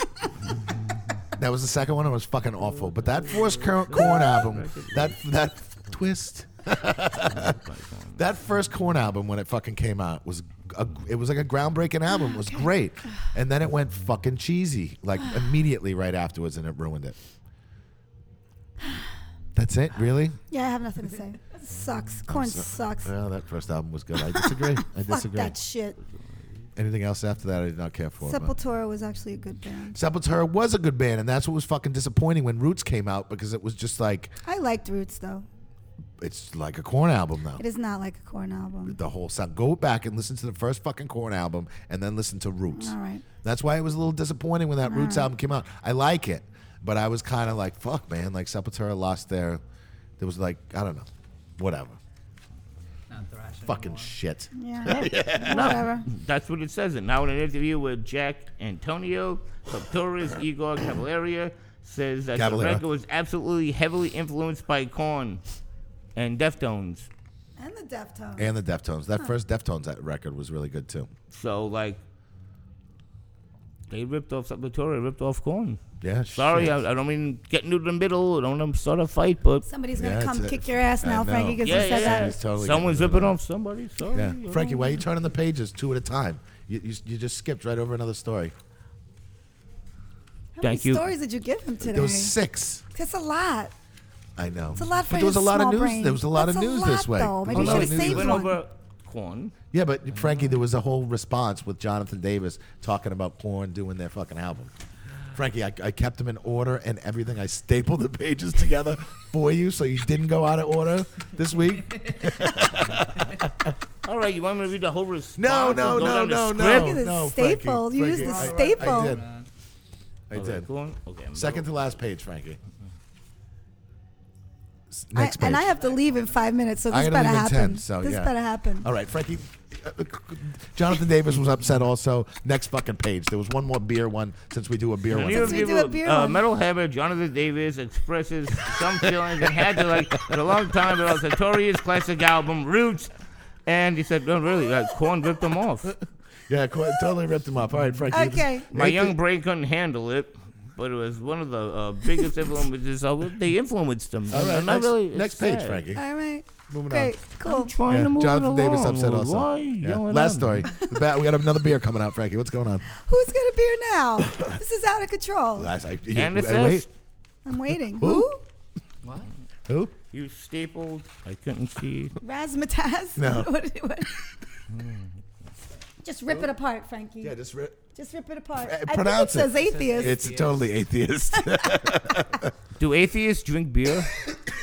[SPEAKER 2] that was the second one. It was fucking awful. But that first current Corn album, that that twist, that first Corn album when it fucking came out was a, it was like a groundbreaking album. It was great, and then it went fucking cheesy like immediately right afterwards, and it ruined it. That's it, really?
[SPEAKER 1] Yeah, I have nothing to say. Sucks. Korn sucks.
[SPEAKER 4] Uh,
[SPEAKER 2] Well, that first album was good. I disagree. I
[SPEAKER 1] Fuck
[SPEAKER 2] disagree.
[SPEAKER 1] that shit.
[SPEAKER 2] Anything else after that, I did not care for. but-
[SPEAKER 1] Sepultura was actually a good band.
[SPEAKER 2] Sepultura was a good band, and that's what was fucking disappointing when Roots came out because it was just like
[SPEAKER 1] I liked Roots though.
[SPEAKER 2] it's like a Corn album now.
[SPEAKER 1] It is not like a Korn album.
[SPEAKER 2] The whole sound. Go back and listen to the first fucking Corn album, and then listen to Roots.
[SPEAKER 1] All right.
[SPEAKER 2] That's why it was a little disappointing when that Roots album came out. I like it, but I was kind of like, fuck, man. Like Sepultura lost their. There was like I don't know, whatever.
[SPEAKER 3] Not thrashing.
[SPEAKER 2] Fucking
[SPEAKER 3] anymore.
[SPEAKER 2] shit.
[SPEAKER 1] Yeah. Whatever.
[SPEAKER 4] That's what it says. And now in an interview with Jack Antonio, Sepultura's Igor Cavalieri says that
[SPEAKER 2] Cavalera.
[SPEAKER 4] the record was absolutely heavily influenced by Korn and Deftones.
[SPEAKER 1] And the Deftones.
[SPEAKER 2] And the Deftones. That first Deftones uh, record was really good too.
[SPEAKER 4] So like, they ripped off Sepultura, ripped off Korn.
[SPEAKER 2] Yeah.
[SPEAKER 4] Sorry,
[SPEAKER 2] shit.
[SPEAKER 4] I, I don't mean get into the middle. I don't want to start a fight, but
[SPEAKER 1] Somebody's gonna
[SPEAKER 2] Yeah,
[SPEAKER 1] come
[SPEAKER 2] it's a-
[SPEAKER 1] kick your ass
[SPEAKER 2] I
[SPEAKER 1] now,
[SPEAKER 2] know.
[SPEAKER 1] Frankie, because
[SPEAKER 4] yeah,
[SPEAKER 1] you
[SPEAKER 4] yeah,
[SPEAKER 1] said
[SPEAKER 4] yeah.
[SPEAKER 1] that.
[SPEAKER 2] He's totally
[SPEAKER 4] someone's
[SPEAKER 2] getting
[SPEAKER 4] ripping off somebody. Sorry,
[SPEAKER 2] Yeah,
[SPEAKER 4] I
[SPEAKER 2] Frankie,
[SPEAKER 4] don't-
[SPEAKER 2] why are you turning the pages two at a time? You, you, you just skipped right over another story.
[SPEAKER 1] How
[SPEAKER 4] Thank
[SPEAKER 1] many
[SPEAKER 4] you.
[SPEAKER 1] stories did you give him today?
[SPEAKER 2] There was six.
[SPEAKER 1] That's a lot.
[SPEAKER 2] I know.
[SPEAKER 1] It's a lot for
[SPEAKER 2] but there was a
[SPEAKER 1] his
[SPEAKER 2] lot of
[SPEAKER 1] small
[SPEAKER 2] news.
[SPEAKER 1] brain.
[SPEAKER 2] There was a lot of
[SPEAKER 1] That's a
[SPEAKER 2] news
[SPEAKER 1] lot,
[SPEAKER 2] this way.
[SPEAKER 1] though.
[SPEAKER 2] There
[SPEAKER 1] Maybe
[SPEAKER 2] was a
[SPEAKER 1] you
[SPEAKER 2] lot
[SPEAKER 1] should've
[SPEAKER 2] of news
[SPEAKER 1] saved
[SPEAKER 2] this
[SPEAKER 4] Oh, went
[SPEAKER 2] way.
[SPEAKER 1] one.
[SPEAKER 4] over Korn.
[SPEAKER 2] Yeah, but Frankie, there was a whole response with Jonathan Davis talking about porn doing their fucking album. Frankie, I, I kept them in order and everything. I stapled the pages together for you so you didn't go out of order this week.
[SPEAKER 4] All right, you want me to read the whole response?
[SPEAKER 2] No,
[SPEAKER 4] and
[SPEAKER 2] no,
[SPEAKER 4] go
[SPEAKER 2] no,
[SPEAKER 4] down the
[SPEAKER 2] no,
[SPEAKER 4] script?
[SPEAKER 2] no,
[SPEAKER 1] Look at the
[SPEAKER 2] no.
[SPEAKER 1] staple.
[SPEAKER 2] Frankie,
[SPEAKER 1] You used
[SPEAKER 2] Frankie,
[SPEAKER 1] the
[SPEAKER 2] I-
[SPEAKER 1] staple.
[SPEAKER 2] I did. I
[SPEAKER 4] Okay,
[SPEAKER 2] did.
[SPEAKER 4] Korn. Okay, I'm
[SPEAKER 2] Second to last page, Frankie. S-
[SPEAKER 1] I-
[SPEAKER 2] Next page.
[SPEAKER 1] and I have to leave in five minutes, so
[SPEAKER 2] I
[SPEAKER 1] this
[SPEAKER 2] gotta
[SPEAKER 1] better
[SPEAKER 2] leave in
[SPEAKER 1] happen.
[SPEAKER 2] 10, so,
[SPEAKER 1] this
[SPEAKER 2] yeah.
[SPEAKER 1] better happen.
[SPEAKER 2] All right, Frankie. uh, Jonathan Davis was upset also. Next fucking page. There was one more beer one since we do a beer
[SPEAKER 4] New
[SPEAKER 2] one.
[SPEAKER 1] Since we do a beer
[SPEAKER 4] uh,
[SPEAKER 1] one.
[SPEAKER 4] metal hammer Jonathan Davis expresses some feelings and had to like for a long time about Satorius classic album Roots, and he said, "No, really, like Corn ripped them off.
[SPEAKER 2] Yeah, co- totally ripped him off. All right, Frankie.
[SPEAKER 1] Okay.
[SPEAKER 4] My young brain couldn't handle it." But it was one of the uh, biggest influences. Uh, they influenced them.
[SPEAKER 2] All right,
[SPEAKER 4] I'm not
[SPEAKER 2] next,
[SPEAKER 4] really- it's
[SPEAKER 2] next page,
[SPEAKER 4] sad.
[SPEAKER 2] Frankie.
[SPEAKER 1] All right.
[SPEAKER 2] Moving
[SPEAKER 1] Great.
[SPEAKER 4] I'm
[SPEAKER 1] Cool.
[SPEAKER 2] on.
[SPEAKER 4] trying
[SPEAKER 2] Yeah,
[SPEAKER 4] to move it
[SPEAKER 2] Jonathan Davis
[SPEAKER 4] along.
[SPEAKER 2] upset also.
[SPEAKER 4] Why
[SPEAKER 2] Yeah,
[SPEAKER 4] yelling
[SPEAKER 2] Last
[SPEAKER 4] at me?
[SPEAKER 2] story. The bat- we got another beer coming out, Frankie. What's going on?
[SPEAKER 1] Who's gonna beer now? this is out of control.
[SPEAKER 2] Last, I, you-
[SPEAKER 4] And it
[SPEAKER 2] I- wait.
[SPEAKER 4] says,
[SPEAKER 1] I'm waiting.
[SPEAKER 2] Who?
[SPEAKER 1] Who?
[SPEAKER 3] What?
[SPEAKER 2] Who?
[SPEAKER 4] "You stapled. I couldn't see."
[SPEAKER 1] Razzmatazz?
[SPEAKER 2] No. Hmm.
[SPEAKER 1] What- what- Just rip it apart, Frankie.
[SPEAKER 2] Yeah, just ri-
[SPEAKER 1] Just rip it apart.
[SPEAKER 2] Uh,
[SPEAKER 1] I
[SPEAKER 2] pronounce
[SPEAKER 1] think
[SPEAKER 2] it.
[SPEAKER 1] it says atheist.
[SPEAKER 2] it's totally atheist.
[SPEAKER 4] Do atheists drink beer?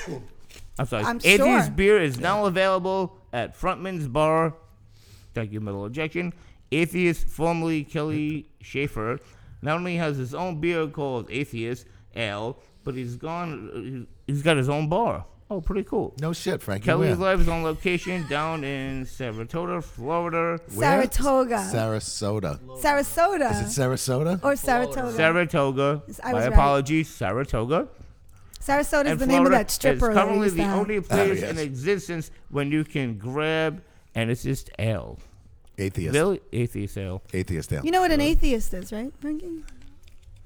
[SPEAKER 4] I'm sorry.
[SPEAKER 1] I'm
[SPEAKER 4] Atheist
[SPEAKER 1] sure.
[SPEAKER 4] beer is now available at Frontman's Bar. Thank you, middle ejection. Atheist, formerly Kelly Schaefer, Not only has his own beer called Atheist Ale, but he's gone. He's got his own bar. Oh, pretty cool.
[SPEAKER 2] No shit, Frankie.
[SPEAKER 4] Kelly's
[SPEAKER 2] where?
[SPEAKER 4] Live is on location down in Saratoga, Florida.
[SPEAKER 2] Where?
[SPEAKER 1] Saratoga.
[SPEAKER 2] Sarasota.
[SPEAKER 1] Sarasota.
[SPEAKER 2] Is it Sarasota?
[SPEAKER 1] or Saratoga.
[SPEAKER 4] Saratoga.
[SPEAKER 1] I
[SPEAKER 4] My
[SPEAKER 1] was right.
[SPEAKER 4] apologies, Saratoga.
[SPEAKER 1] Sarasota is
[SPEAKER 4] and
[SPEAKER 1] the name
[SPEAKER 4] Florida
[SPEAKER 1] of that stripper.
[SPEAKER 4] is
[SPEAKER 1] that
[SPEAKER 4] currently
[SPEAKER 1] used to
[SPEAKER 4] the
[SPEAKER 1] have.
[SPEAKER 4] only place
[SPEAKER 2] yes.
[SPEAKER 4] in existence when you can grab, and it's just ale.
[SPEAKER 2] Atheist.
[SPEAKER 4] Really? Atheist ale.
[SPEAKER 2] Atheist ale.
[SPEAKER 1] You know what an atheist is, right, Frankie?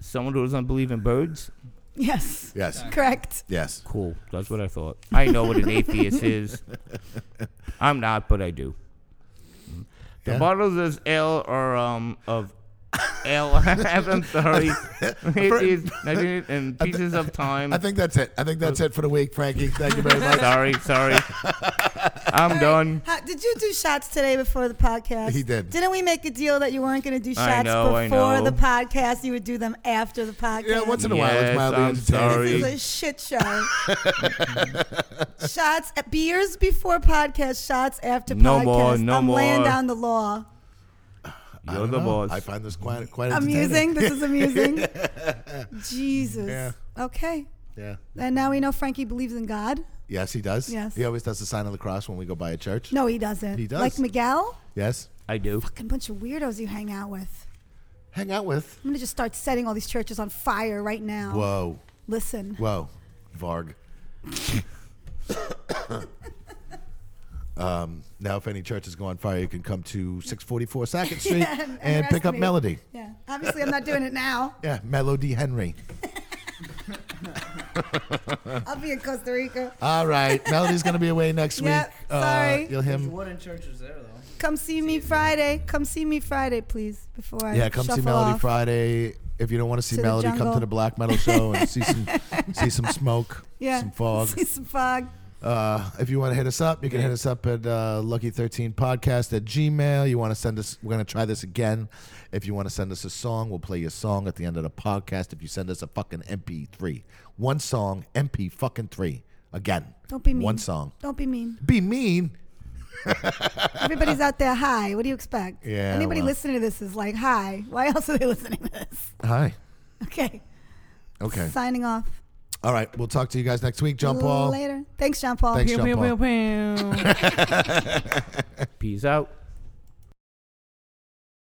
[SPEAKER 4] Someone who doesn't believe in birds?
[SPEAKER 1] Yes.
[SPEAKER 2] yes.
[SPEAKER 1] Correct.
[SPEAKER 2] Yes.
[SPEAKER 4] Cool. That's what I thought. I know what an atheist is. I'm not, but I do. The
[SPEAKER 2] Yeah.
[SPEAKER 4] bottles of this ale are um of ale. I'm sorry. Atheist, and pieces of time.
[SPEAKER 2] I think that's it. I think
[SPEAKER 4] Oh.
[SPEAKER 2] that's it for the week, Frankie. Thank you very much.
[SPEAKER 4] Sorry, sorry. I'm done.
[SPEAKER 1] Ha- did you do shots today before the podcast?
[SPEAKER 2] He did.
[SPEAKER 1] Didn't we make a deal that you weren't going to do
[SPEAKER 4] I
[SPEAKER 1] shots
[SPEAKER 4] know, I
[SPEAKER 1] before
[SPEAKER 4] know.
[SPEAKER 1] the podcast? You would do them after the podcast.
[SPEAKER 2] Yeah, once in a while
[SPEAKER 4] Yes,
[SPEAKER 2] it's mildly
[SPEAKER 4] I'm
[SPEAKER 2] entertaining.
[SPEAKER 1] This is a shit show. shots, at beers before podcast, shots after
[SPEAKER 4] No
[SPEAKER 1] podcast.
[SPEAKER 4] more, no
[SPEAKER 1] I'm laying
[SPEAKER 4] more.
[SPEAKER 1] down the law.
[SPEAKER 2] I
[SPEAKER 4] You're
[SPEAKER 2] don't
[SPEAKER 4] the
[SPEAKER 2] know.
[SPEAKER 4] boss.
[SPEAKER 2] I find this quite quite entertaining.
[SPEAKER 1] Amusing. This is amusing. Jesus.
[SPEAKER 2] Yeah.
[SPEAKER 1] Okay.
[SPEAKER 2] Yeah.
[SPEAKER 1] And now we know Frankie believes in God.
[SPEAKER 2] Yes, he does.
[SPEAKER 1] Yes.
[SPEAKER 2] He always does the sign of the cross when we go by a church.
[SPEAKER 1] No, he doesn't.
[SPEAKER 2] He does.
[SPEAKER 1] Like Miguel,
[SPEAKER 2] Yes.
[SPEAKER 4] I do.
[SPEAKER 1] fucking bunch of weirdos you hang out with.
[SPEAKER 2] Hang out with.
[SPEAKER 1] I'm gonna just start setting all these churches on fire right now.
[SPEAKER 2] Whoa.
[SPEAKER 1] Listen,
[SPEAKER 2] Whoa. Varg. um, now, if any church is going on fire, you can come to 644 Sackett Street
[SPEAKER 1] and
[SPEAKER 2] and, pick up
[SPEAKER 1] rescue.
[SPEAKER 2] Melody.
[SPEAKER 1] yeah. Obviously, I'm not doing it now.
[SPEAKER 2] Yeah, Melody Henry.
[SPEAKER 1] I'll be in Costa Rica.
[SPEAKER 2] All right. Melody's going to be away next
[SPEAKER 1] Yep,
[SPEAKER 2] week.
[SPEAKER 1] sorry.
[SPEAKER 2] Uh, you'll hear
[SPEAKER 3] There's
[SPEAKER 2] him.
[SPEAKER 3] wooden churches there though.
[SPEAKER 1] Come see me Friday. Come see me Friday, please. Before I
[SPEAKER 2] Yeah, come see
[SPEAKER 1] shuffle
[SPEAKER 2] Melody
[SPEAKER 1] off.
[SPEAKER 2] Friday. If you don't want to see
[SPEAKER 1] To the
[SPEAKER 2] Melody, come
[SPEAKER 1] jungle.
[SPEAKER 2] to the black metal show and see some see some smoke,
[SPEAKER 1] Yeah,
[SPEAKER 2] some fog.
[SPEAKER 1] See some fog.
[SPEAKER 2] Uh, if you want to hit us up, you can hit us up at uh, lucky13podcast at gmail. You want to send us, we're going to try this again. If you want to send us a song, we'll play your song at the end of the podcast. If you send us a fucking MP3, one song, MP fucking three. Again,
[SPEAKER 1] Don't be mean.
[SPEAKER 2] One song.
[SPEAKER 1] Don't be mean.
[SPEAKER 2] Be mean.
[SPEAKER 1] Everybody's out there. Hi. What do you expect?
[SPEAKER 2] Yeah,
[SPEAKER 1] Anybody
[SPEAKER 2] well.
[SPEAKER 1] listening to this is like, hi. Why else are they listening to this?
[SPEAKER 2] Hi.
[SPEAKER 1] Okay.
[SPEAKER 2] Okay.
[SPEAKER 1] Signing off.
[SPEAKER 2] All right. We'll talk to you guys next week. John Paul.
[SPEAKER 1] Later. Thanks, John Paul.
[SPEAKER 2] Thanks, John Paul.
[SPEAKER 4] Peace out.